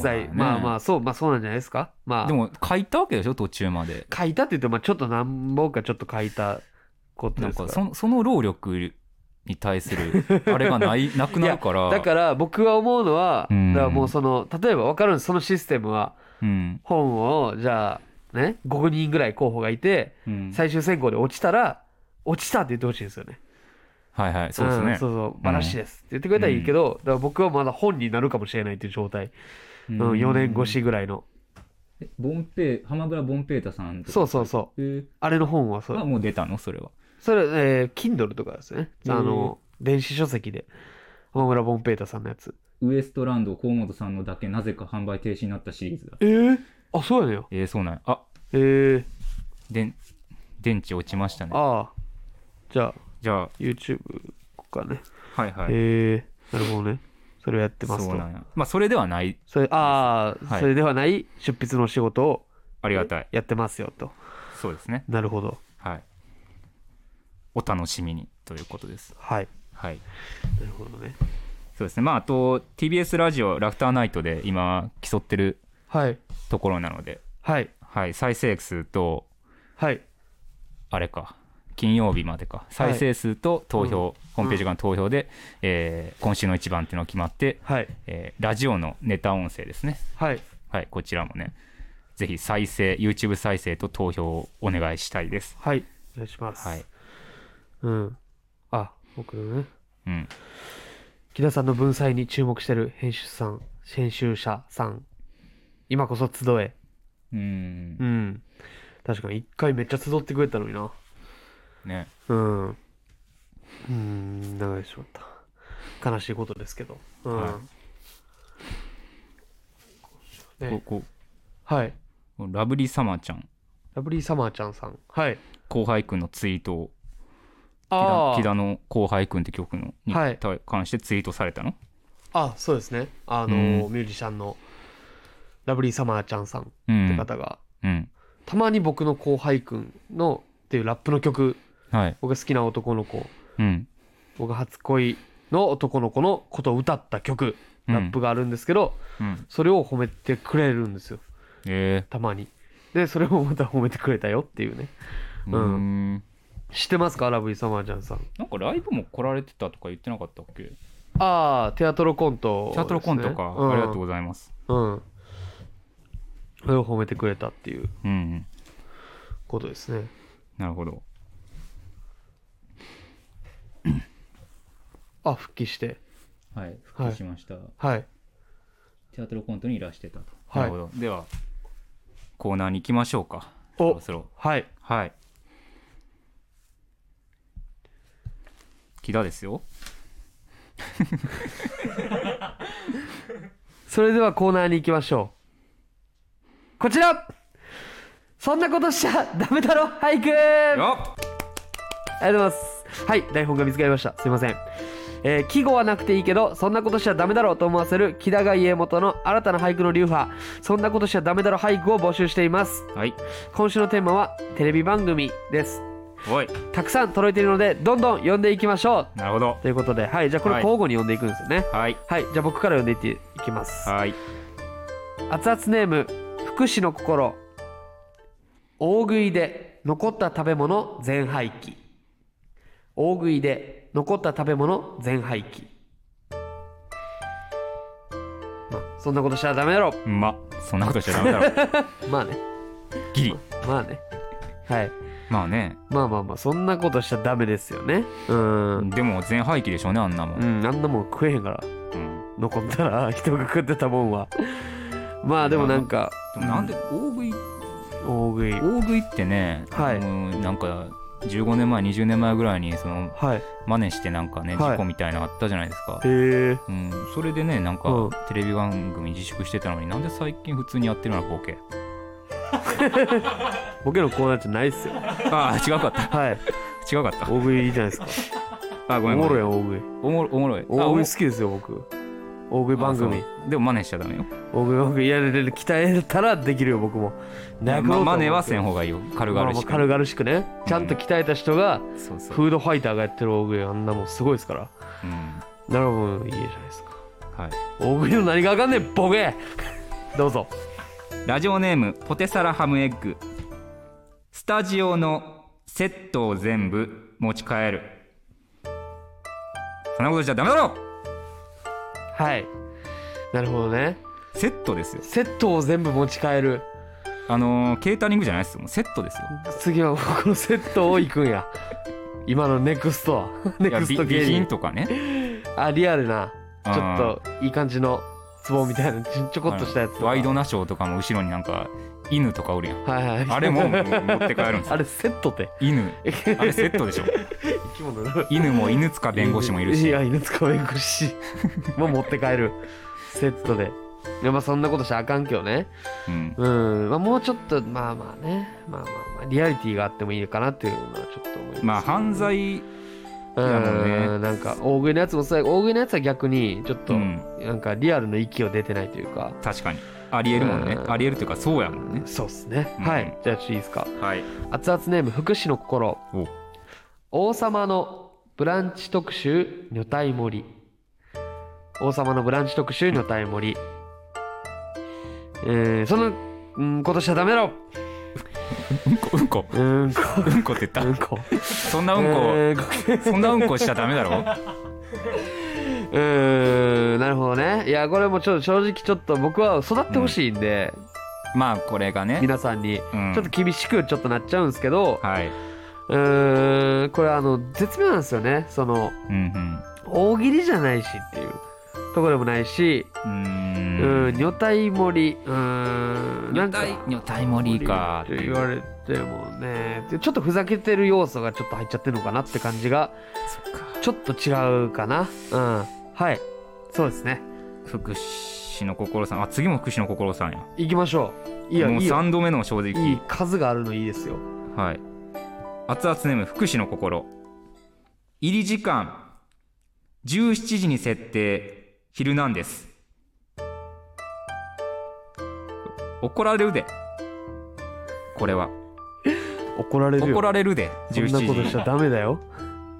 そ
際、
うだね
まあまあそうまあそうなんじゃないですかまあ
でも書いたわけでしょ途中まで
書いたって言ってもまあちょっと何本かちょっと書いたこと
な
で
ん
すか
からそその労力に対す るあれがないなくなるから
だから僕は思うのは、
うん
だからもうその例えば分かるんですそのシステムは
うん
本をじゃあね5人ぐらい候補がいて
うん
最終選考で落ちたら落ちたって言ってほしいんですよね。
はいはいそうですね、
んそうそうバラシですって言ってくれたらいいけど、だから僕はまだ本になるかもしれないっていう状態、
う
うんん、4年越しぐらいの
えボンペイ浜村ボンペータさんとか
そうそうそう
えー
あれの本はそう
あもう出たのそれは
それ、えー、Kindle とかですね。あの、電子書籍で。浜村ボンペイタさんのやつ。
ウエストランド河本さんのだけなぜか販売停止になったシリーズだ
えー、あ、そうやねんよ。
えー、そうなんやあ
えー、
でん電池落ちましたね
ああ。じゃあ、
じゃあ
YouTube かね。
はいはい、
えー、なるほどね。それをやってます
そう
と
な。んやまあそれではない
それああ、
はい
それではない出筆の仕事を
ありがたい
やってますよと。
そうですね
なるほど。
はいお楽しみにということです
はい。
はい
なるほどね。
そうですねまああと TBS ラジオラフターナイトで今競ってる
はい。
ところなので
はい。
はい再生数と
はい。
あれか金曜日までか再生数と投票、ホームページ側の投票で、えー今週の一番っていうのが決まって、
はい。
えーラジオのネタ音声ですね
はい。
はいこちらもねぜひ再生 YouTube 再生と投票をお願いしたいです
はい。お願いします。
はい、
うん。あ、僕のね。
うん、
木田さんの文才に注目してる編集さん編集者さん今こそ集え
うん
うん確かに一回めっちゃ集ってくれたのにな
ね
うんうーん流れてしまった悲しいことですけどうん
はこ
ね
こ
はい
こラブリーサマーちゃん
ラブリーサマーちゃんさんはい
後輩くんのツイートを
あ
木田木
ー
田の後輩くんって曲のに
はい
対関してツイートされたの、
あそうですねあのーミュージシャンのラブリーサマーちゃんさんっ
うん
て方が、
うん
たまに僕の後輩くんのっていうラップの曲
はい
僕が好きな男の子
うん
僕が初恋の男の子のことを歌った曲
うん
ラップがあるんですけど、
うん
それを褒めてくれるんですよ
え
たまにでそれをまた褒めてくれたよっていうね
ー、
う
うんん
知ってますかラブリーサマーちゃんさん
なんかライブも来られてたとか言ってなかったっけ、
ああテアトロコント、
チャートルコントか、ありがとうございます
うん、うん、それを褒めてくれたっていう
うん、うん、
ことですね
なるほど
あ復帰して
はい
はい
復帰しました、
はい
チャートルコントにいらしてたと、
はい
なるほどではコーナーに行きましょうかそ
お
ろそろ
はい
はい木田ですよ
それではコーナーに行きましょうこちらそんなことしちゃダメだろ俳句
よっ
ありがとうございます。はい、台本が見つかりました。すいません。えー季語はなくていいけど、そんなことしちゃダメだろうと思わせる、木田が家元の新たな俳句の流派、そんなことしちゃダメだろ俳句を募集しています。
はい
今週のテーマは、テレビ番組です。
おい
たくさん届いているので、どんどん読んでいきましょう
なるほど
ということで、はい、じゃあこれ
はい
交互に読んでいくんですよね。
はい
はい、じゃあ僕から読んでいっていきます。
はい
熱々ネーム福祉の心大食いで残った食べ物全廃棄大食いで残った食べ物全廃棄まあそんなことしたらダメだろ
まそんなことしちゃダメだろ
まあね
ギリ
まあねはい
まあね
まあまあまあそんなことしちゃダメですよねうん
でも全廃棄でしょうねあんなもん、
うんあんなもん食えへんから
うん
残ったら 人が食ってたもんはまあでもなんか
でもなんで大食い
大食い
大食いってね、
はい
もうなんか15年前20年前ぐらいにその
はいへ
真似してなんかね
はい
事故みたいなのあったじゃないですか、
え
うん、それでねなんか
うん
テレビ番組自粛してたのになんで最近普通にやってるようなボケ
ボケのコーナーじゃないっすよ
ああ違うかった
はい
違うかった
大食いいいじゃないですか。
あ
お
ごめん
もろ
い
いやん大食い。
おもろおもろいあ
大
お
食い好きですよ、僕。大食い番組。
あそうでも真似しちゃダメよ
大食い番組。いや、いやいや鍛えたらできるよ、僕も。
ま
泣くことは
真似はせん方がいいよ軽々
まあまあ
しく、
軽々しくね。ちゃんと鍛えた人が、
そうそう、
フードファイターがやってる大食い、あんなもんすごいですから。
うん、
なるほど、いいじゃないですか。
はい
大食いの何があかんねんボケ どうぞ
ラジオネームポテサラハムエッグスタジオのセットを全部持ち帰るそんなことじゃダメだろ
はいなるほどね
セットですよ
セットを全部持ち帰る
あのーケータリングじゃないですよもうセットですよ
次はこのセットを行くんや今のネクストネ
いや
ク
び
スト
備
芸
品
人
とかね
あリアルな ちょっ
あ
といい感じのツボみたいなちょちょこっとしたやつとか
ワイドナショーとかも後ろになんか犬とかおるやん
はいはい
あれももう持って帰るんですよ
あれセットって
犬あれセットでしょ
生き物だ
犬も犬塚弁護士もいるし
いや犬塚弁護士も持って帰るセットでいやまあそんなことしちゃあかんけどね
うん
うん、まあ、もうちょっとまあまあねまあまあまあリアリティがあってもいいかなっていうのはちょっと思います
まあ犯罪
うん
やもんね
なんか大食いのやつもそうや大食いのやつは逆にちょっと
うん
なんかリアルの息を出てないというか、
確かにありえるもんね
うん
ありえるというかそうやもんね
そうっすね、
うん
はいじゃあちょっといいですか
はい
熱々ネーム福祉の心
お
王様のブランチ特集女体盛り王様のブランチ特集女体盛りえー、そのうんことしちゃダメだろ
うんこうんこ
うんこ
うんこって言った
うんこ
そんなうんこ
えー
そんなうんこしちゃダメだろ
うーんなるほどねいやこれもちょっと正直ちょっと僕は育ってほしいんで、
まあこれがね
皆さんに
うん
ちょっと厳しくちょっとなっちゃうんですけど、
はいう
ーんこれあの絶妙なんですよねその
うん
大喜利じゃないしっていうところでもないし、
うん
う
う
ーん、
ん
女体盛りうーん
女
なんか
体女体盛りか
って言われてもねでちょっとふざけてる要素がちょっと入っちゃってるのかなって感じがちょっと違うかなうんはいそうですね
福祉の心さんあ次も福祉の心さんや
行きましょういいよ
もう
いいよ
3度目の正直
いい数があるのいいですよ
はい。熱々ネーム福祉の心。入り時間17時に設定。昼なんです。怒られるで。これは
怒られるよ
怒られるで
そん
17
な
時
ことしちゃダメだよ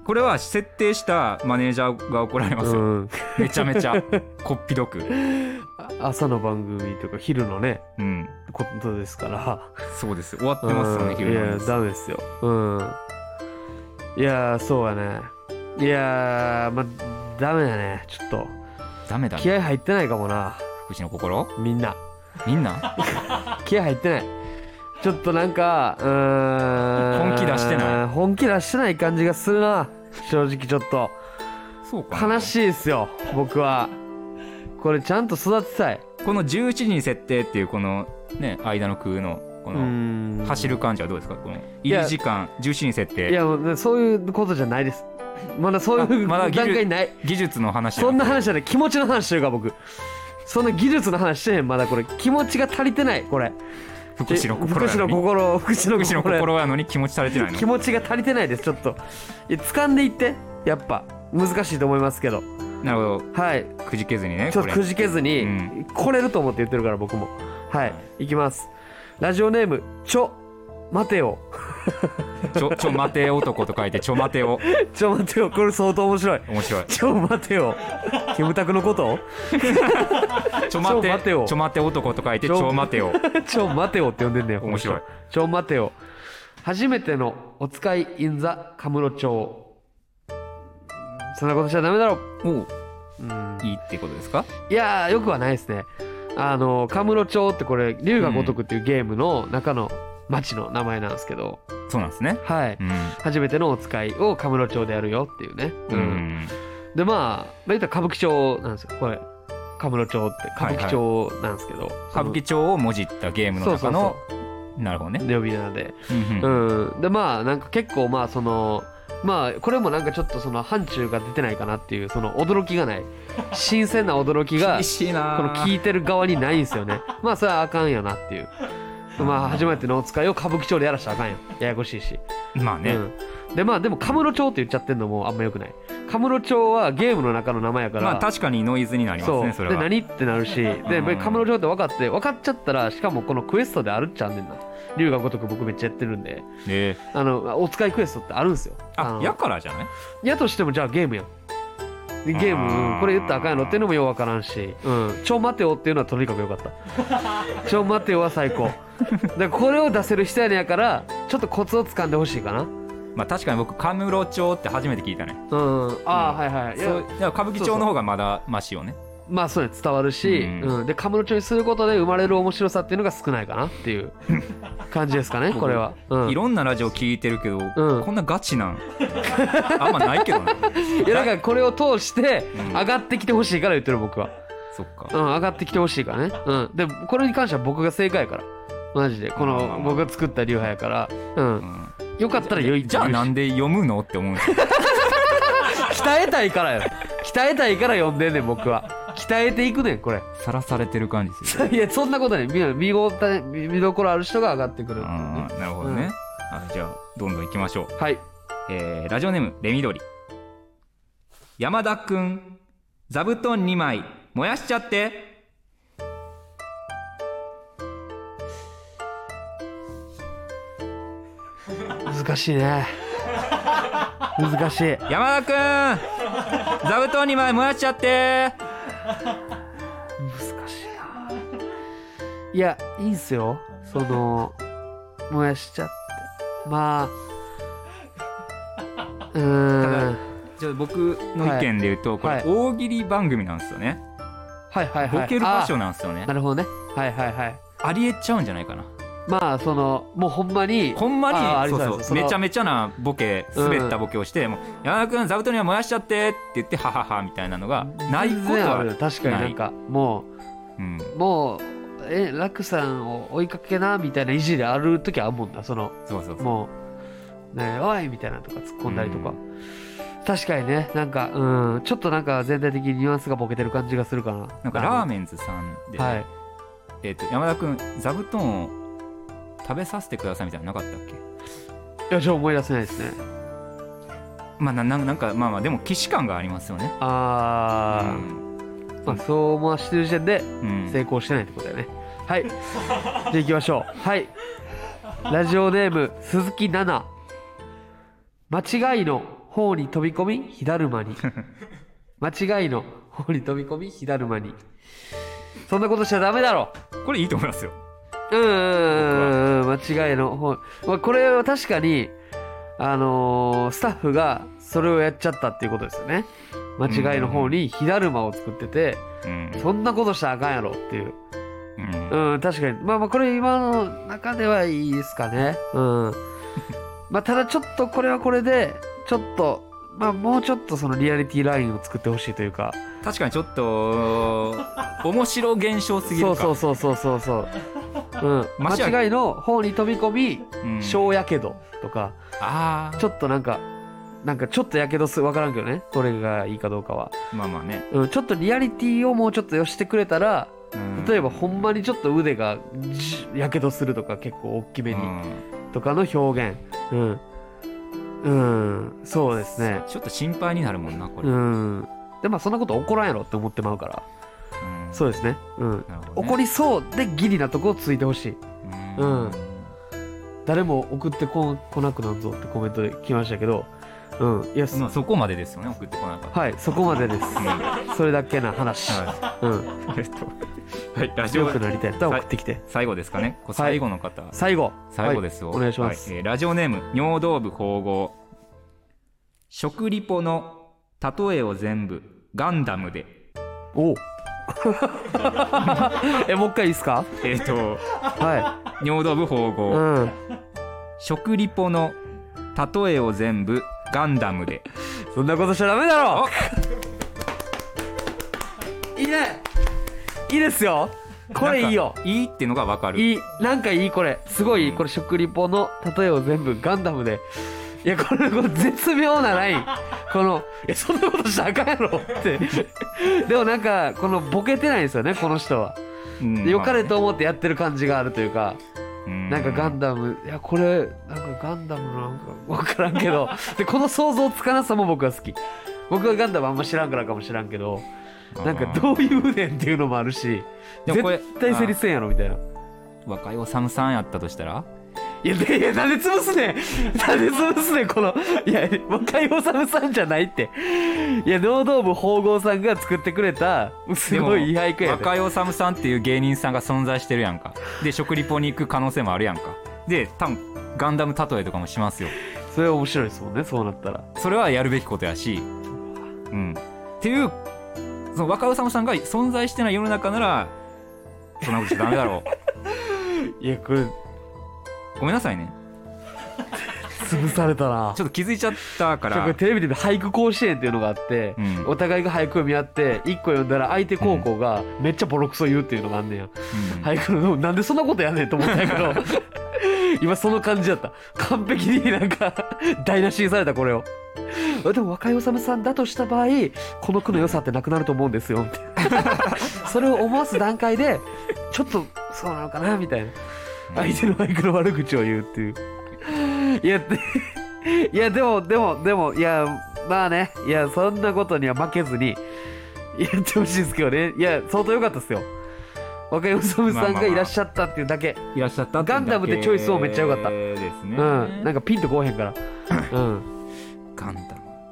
これは設定したマネージャーが怒られます
う
よ、
ん
めちゃめちゃこっぴどく
朝の番組とか昼のね
うん
ことですから
そうです終わってますよね
うん
昼
い
な
や
んです
ダメですようんいやそうやねいやーまあダメだねちょっと
ダメだ
気
ね
合入ってないかもな
福祉の心
みんな
みんな
気合入ってないちょっとなんかうーん
本気出してない
本気出してない感じがするな正直ちょっと
そうかな
悲しいですよ僕はこれちゃんと育てたい
この17時に設定っていうこのね間の空のこ
う
の
ん
走る感じはどうですかこの
い
入
や
り時間17時に設
い
定
やもうねそういうことじゃないですまだそういう
あまだ
段
技術
階ない
技術の話
そんな話じゃない気持ちの話してるから僕そんな技術の話してへんまだこれ気持ちが足りてないこれ
福祉の
福
心
祉の
やのに
心福祉の
福祉の
心
心やのに気持ちされてないの
気持ちが足りてないですちょっといや掴んでいってやっぱ難しいと思いますけど
なるほ
はい
どくじけずにね
ちょ
こ
っと
れ
くじけずに、
うん
来れると思って言ってるから僕もはい行きますラジオネームちょ待てよ
ちょちょ待て男と書いてちょ待てを
ちょ待てよこれ相当面白い
面白い
ちょ待てよキムタクのこと
ちょ待
ちょ待て
て
よ
ちょ待て男と書いてち
ちょ
ょ待てを
ちょ待てよって呼んでんねん
面白い
ちょ待てよ初めてのお使い in the カムロ町そんなことしちゃダメだろ
おう
うん
いいってことですか
いやーよくはないですねあのカムロ町ってこれ龍が如くっていうゲームの中の町の名前なんですけど、
そうなんですね
はい
うん
初めてのお使いをカムロ町でやるよっていうね、
う、ん
でまあまあ言ったら歌舞伎町なんですよこれカムロ町って歌舞伎町なんですけど、
歌舞伎町をもじったゲームの中のなるほどね
町呼び名で
うんうん
うん、でまあなんか結構まあそのまあこれもなんかちょっとその範疇が出てないかなっていうその驚きがない新鮮な驚きが
厳しいな
この聞いてる側にないんですよねまあそれはあかんよなっていうまあ初めてのお使いを歌舞伎町でやらしちゃあかんよややこしいし、
まあね
うん、でまあでもカムロ町って言っちゃってんのもあんまよくないカムロ町はゲームの中の名前やから、
まあ確かにノイズになります
そう
ねそれ
で
は
何ってなるしで
うん
カムロ町って分かって分かっちゃったらしかもこのクエストであるっちゃあんねんな龍が如く僕めっちゃやってるんで
で
あのお使いクエストってあるんですよ
あ
の
やからじゃない
やとしてもじゃあゲームやんでゲーム、
あー
これ言ったらあかんやろっていうのもようわからんし、うん、ちょ待てよっていうのはとにかくよかった。 ちょ待てよは最高。だからこれを出せる人やねやから、ちょっとコツを掴んでほしいかな。
まあ確かに僕カムロ町って初めて聞いたね
うん、ああ、はいはい。いや
そういや歌舞伎町の方がまだマシよね
まあそうね伝わるし、
うん
うん、でカムロ町にすることで生まれる面白さっていうのが少ないかなっていう 感じですかねこれは、うん、
いろんなラジオ聞いてるけど、
ん
こんなガチなん あんまないけどね
いやだからこれを通して
うん
上がってきてほしいから言ってる僕は、
そっか
うん、上がってきてほしいからね、うん、でこれに関しては僕が正解やからマジでこの僕が作った流派やから、うん、
う
よかったら良い
ん、じゃあなん
で
で読むのって思うんですよ
鍛えたいからよ鍛えたいから呼んでんねん僕は鍛えていくねん これ
さらされてる感じですよ、
いやそんなことね見見応え見見どころある人が上がってくるっていう
あ
ね
ーなるほどね、あじゃあどんどん行きましょう、
はい
えーラジオネームレミドリ山田くん座布団2枚燃やしちゃって
難しいね難しい
山田くん座布団2枚燃やしちゃって
難しいないやいいんすよその燃やしちゃって まあうーん
じゃあ僕の意見で言うと、こ
は
れ
い
大喜利番組なんですよね、
はいはいはい
ボケる場所
あ
なんですよね
ーなるほどねはいはいはい
ありえちゃうんじゃないかな
まあそのもうほんまに
ほんま
あーあ
に
り
そ
そうう
そう
ですその
めちゃめちゃなボケ
うん
滑ったボケをして、もう山田君座布団には燃やしちゃってって言ってはははみたいなのがないこ
全
と
然あ
は
るよ確かになんかも
うん、
うもうえ楽さんを追いかけなみたいな意地である時はあるもんなその
そうそうそう
もう、ね、おいみたいなのとか突っ込んだりとか、
う
確かにね、なんか、うん、ちょっとなんか全体的にニュアンスがボケてる感じがするかな。
なんかラーメンズさんで、
はい。
えっと山田君座布団を食べさせてくださいみたいなのなかったっけ
いや、じゃあ思い出せないですね。
まあなななんかまあまあでも既視感がありますよね
あー、まあ、そう思わしてる時点で
うんうん
成功してないってことだよね。はい。じゃあ行きましょう。はい。ラジオネーム、鈴木奈々。間違いの方に飛び込み、火だる まに。間違いの方に飛び込み、火だるまに。そんなことしちゃダメだろ
これいいと思いますよ
うんうんうんうん間違いの方、まあ、これは確かにあのースタッフがそれをやっちゃったっていうことですよね間違いの方に火だるまを作ってて、
うん、
そんなことしたらあかんやろっていう
うん
うん確かにまあまあこれ今の中ではいいですかねうんまあただちょっとこれはこれでちょっとまあもうちょっとそのリアリティラインを作ってほしいというか
確かにちょっと面白現象すぎる
そう
か
そうそうそうそうそう、うん、
間違い
間違いの方に飛び込み
うん
小やけどとか、
あ
ちょっとなんか、なんかちょっとやけどする、わからんけどね、これがいいかどうかは。
あまあまあね、
うん、ちょっとリアリティをもうちょっとよしてくれたら、
うん
例えばほんまにちょっと腕がじやけどするとか結構大きめに
うん
とかの表現。うん。うん、そうですね。
ちょっと心配になるもんなこれ、
う
うん
ん。で、まあそんなこと起こらんやろって思ってまうから。そうですね。うん。
なるほどね
怒りそうでギリなとこをついてほしい。うん誰も送ってこ来なくなんぞってコメントで来ましたけど、うん。いや、
まあ、そこまでですよね送ってこなかった、
はい、そこまでです。
うんは
それだけな話。うん。
い、えっとはいラジ
強
オ
くなりたい。送ってきて。
最後ですかねこう最後の方、
最後。
最後ですよ、
はいお願いします
はえーラジオネーム尿道部縫合食リポの例えを全部ガンダムで
お うえ、もう一回いいですか
えっ、と
は
尿道部縫
い。
合、
うん。
食リポの例えを全部ガンダムで
そんなことしちゃダメだろいいねいいですよこれいいよ
なんかいいってのがわかる
いい。なんかいいこれ。すごい、
うん
これ食リポの例えを全部ガンダムで。いや、これ、これ絶妙なライン。この、いや、そんなことしたらあかんやろって。でもなんか、このボケてないんですよね、この人は。
うん
で良かれと思ってやってる感じがあるというか、
な
なんかガンダム、いや、これ、なんかガンダムのなんか分からんけど、で、この想像つかなさも僕は好き。僕はガンダムあんま知らんからかもしらんけど、なんかどういうねんっていうのもあるし、
でもこれ
絶対成立せんやろみたいな。
若いおさむさんやったとしたら
いや、でいや、なんで潰すねんなん で潰すねんこの。いや、若いおさむさんじゃないって。いや、堂々部宝郷さんが作ってくれた、すごいいい俳句やで。
若井おさむさんっていう芸人さんが存在してるやんかで食リポに行く可能性もあるやんかで多分ガンダム例えとかもしますよ
それは面白いですもんね、そうなったら。
それはやるべきことやしうんっていうその若尾さんさんが存在してない世の中ならそんなことしちゃダメだろ
いや、これ、
うごめんなさいね
潰されたな
ち。ょっと気づい ちゃったか
ちょこ
ら
れテレビで俳句甲子園っていうのがあって、
うん
お互いが俳句を見合って1個読んだら相手高校がめっちゃボロクソ言うっていうのがあんねんよ、
うん
俳句のなんでそんなことやんねんと思ったんやけ ど今その感じだった完璧になんか台無しにされたこれをでも若いおさむさんだとした場合この句の良さってなくなると思うんですよみた いなそれを思わす段階でちょっとそうなのかなみたいな相手のマイクの悪口を言うっていう。 いや、でいやでも、でも、でも、いや、まあね、いや、そんなことには負けずに、やってほしいですけどね。いや、相当良かったですよ。若井おさむさんがいらっしゃったっていうだけ。
いらっしゃった
ガンダムでチョイスをめっちゃ良かった
ですね、
うん。なんかピンとこうへんから。うん。
ガンダム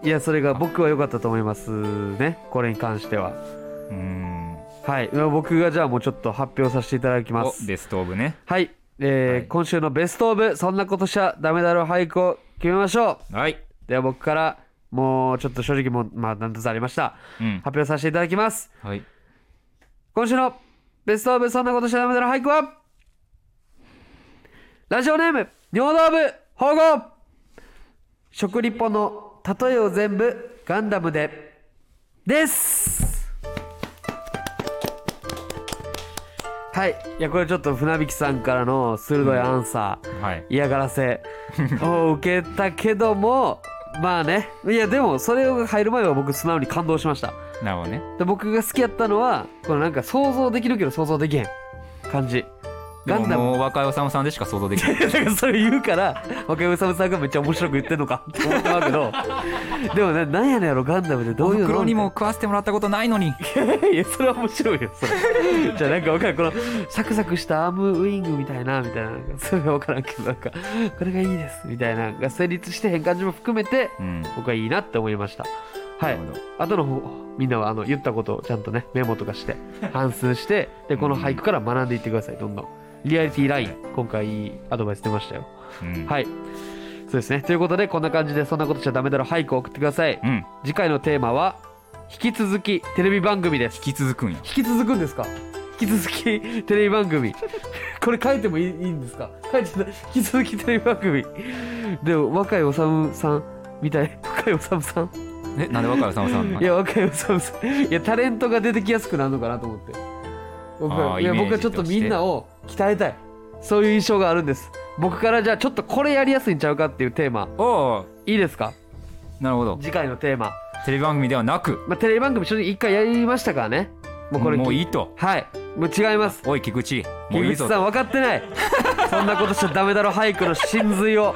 いや、それが僕は良かったと思いますね。これに関しては。
うん
はい。僕がじゃあもうちょっと発表させていただきま
お
す。
デストーブね
はい。えー
はい
今週のベストオブ、そんなことしちゃダメだろう俳句を決めましょう。
はい、
では僕からもうちょっと正直もうまあ何とありました
うん
発、表させていただきます
はい
今週のベストオブそんなことしちゃダメだろ俳句はラジオネーム尿道部保護食リポの例えを全部ガンダムでですはいいやこれちょっと船引さんからの鋭いアンサー、
はい
嫌が らせを受けたけどもまあねいやでもそれが入る前は僕素直に感動しました
なるほどね
で僕が好きやったのはこのなんか想像できるけど想像できへん感じ
で
ガ
も
ンダム
もう若いおさむさんでしか想像できない
だから それ言うから若井さんさんがめっちゃ面白く言ってんのかって思った けどでもななんやねんやろガンダムでど
お
ういうの
袋にも食わせてもらったことないのに
いやそれは面白いよ それじゃあなんか分からんこのサクサクしたアームウイングみたいなみたいななんかそれは分からんけどなんかこれがいいですみたいなのが成立してへん感じも含めて
うん
僕はいいなって思いましたはい
なるほど
後の方みんなはあの言ったことをちゃんとねメモとかして反数してでこの俳句から学んでいってくださいどんどんリアリティライン今回いいアドバイス出ましたよ
うん
はいそうですねということでこんな感じでそんなことしちゃダメだろ俳句を送ってください
うん
次回のテーマは引き続きテレビ番組です
引き続くんや
引き続くんですか引き続きテレビ番組 これ書いてもいいいいんですか書いてない引き続きテレビ番組でも若いおさむさんみたい若いおさむさん
えなんで若いおさむさんない
や若いおさむさんいやタレントが出てきやすくなるのかなと思って僕
あ
は
ー
い
イ
や
メージ
僕はちょっとみんなを鍛えたいそういう印象があるんです僕からじゃあちょっとこれやりやすいんちゃうかっていうテーマ
おお
いいですか
なるほど
次回のテーマ、
テレビ番組ではなく
まあ、テレビ番組正直一回やりましたからねもうこれ
もういいと
はいもう違います
おい菊池もうい
樋
い
口
ぞ
さん
と
分かってないそんなことしちゃダメだろ俳句の真髄を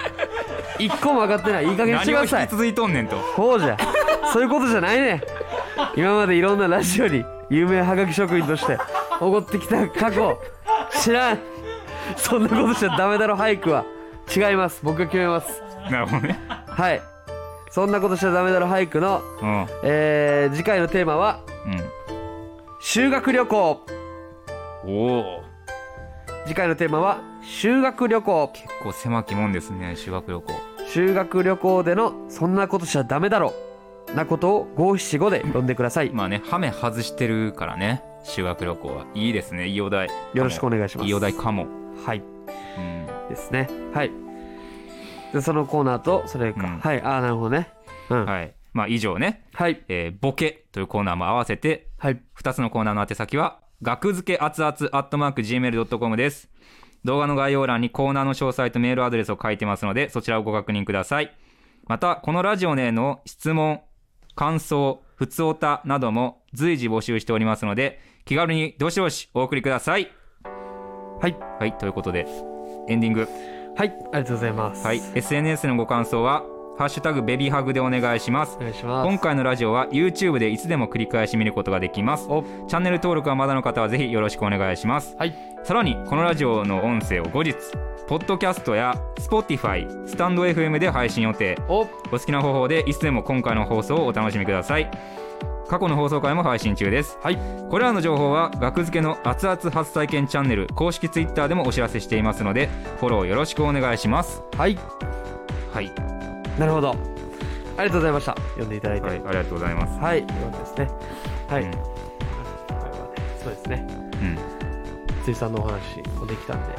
一個も分かってないいい加減にして
何を
くだ
引き
さい
続いとんねんと
そうじゃそういうことじゃないねん今までいろんなラジオに有名はがき職員として怒ってきた過去知らんそんなことしちゃダメだろ俳句は違います僕が決めます
なるほどね
はいそんなことしちゃダメだろ俳句の、
うんうん
えー次回のテーマは修学旅行
おお
次回のテーマは修学旅行
こう狭きもんですね修学旅行
修学旅行でのそんなことしちゃダメだろなことを五七五で読んでください。
今ねハメ外してるからね修学旅行はいいですねいいお題
よろしくお願いします。
いいお題かも
は
う
い。
ん
ですね。はい。で、そのコーナーと、それか。
うん
はい。ああ、なるほどね。うん。はい。
はいまあ以上ね
はい。
えーボケというコーナーも合わせて2つのコーナーの宛先は学付け熱々アットマーク Gmail.com です動画の概要欄にコーナーの詳細とメールアドレスを書いてますのでそちらをご確認くださいまたこのラジオへの質問感想ふつおたなども随時募集しておりますので気軽にどしどしお送りください
はい。
はいということでエンディング
はい。ありがとうございます。
はい SNS のご感想はハッシュタグベビハグでお願いします
お願いしま
今
す。
回のラジオは YouTube でいつでも繰り返し見ることができます
お
チャンネル登録はまだの方はぜひよろしくお願いします
はい。
さらにこのラジオの音声を後日ポッドキャストや Spotify スタンド FM で配信予定
お
お好きな方法でいつでも今回の放送をお楽しみください過去の放送回も配信中です
はい。
これらの情報は学付けの熱々初体験チャンネル公式 Twitter でもお知らせしていますのでフォローよろしくお願いします
はい。
はい、
なるほど。ありがとうございました。読んでいただいて。
は
はい
い、ありがとうございます、
はい。よかったですね。はい。
うん
これはね、そうですね。
うん、
ついさんのお話もできたんで。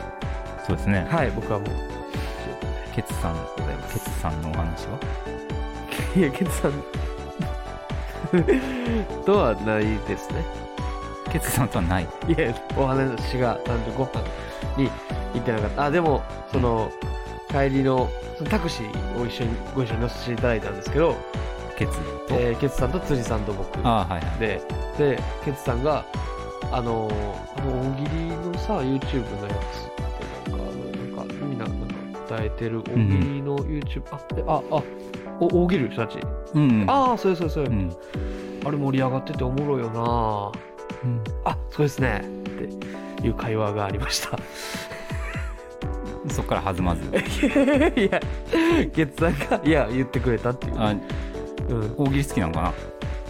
そうですね
はい。僕はもう。
ケツさんでございますケツさんのお話はい
や、ケツさん。 とはないですね。
ケツさんとはない
いや、お話が、なんでご飯に行ってなかった。あ、でも、その、帰りの、そのタクシーを一緒に、ご一緒に乗せていただいたんですけど、
ケツと、
えーケツさんと辻さんと僕
ああはいはい
で、で、ケツさんが、あのーあの、大喜利のさ、YouTube のやつって、なんか、あのなんか、みんな、なんか、伝えてる大喜利の YouTube、あ、えあ、あ、お大喜利の人たち。
うんうん
ああ、それそれそれ。
うん
あれ盛り上がってておもろいよなぁ。
うん
あそうですねっていう会話がありました
そっから弾まず
いや月さんがいや言ってくれたっていう、
あ
うん、
大喜利好きなのかな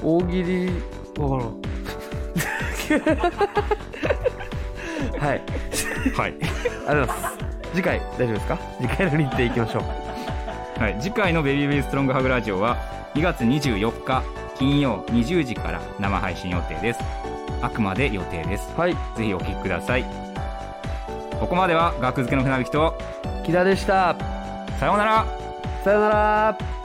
大喜利わからん はい
はい、
ありがとうございます次回大丈夫ですか次回の日程いきましょう
はい、次回の「ベビーベイストロングハグラジオ」は2月24日金曜20時から生配信予定ですあくまで予定です
はい
ぜひお聞きくださいここまでは学付けの船引きと
木田でした
さようなら
さよなら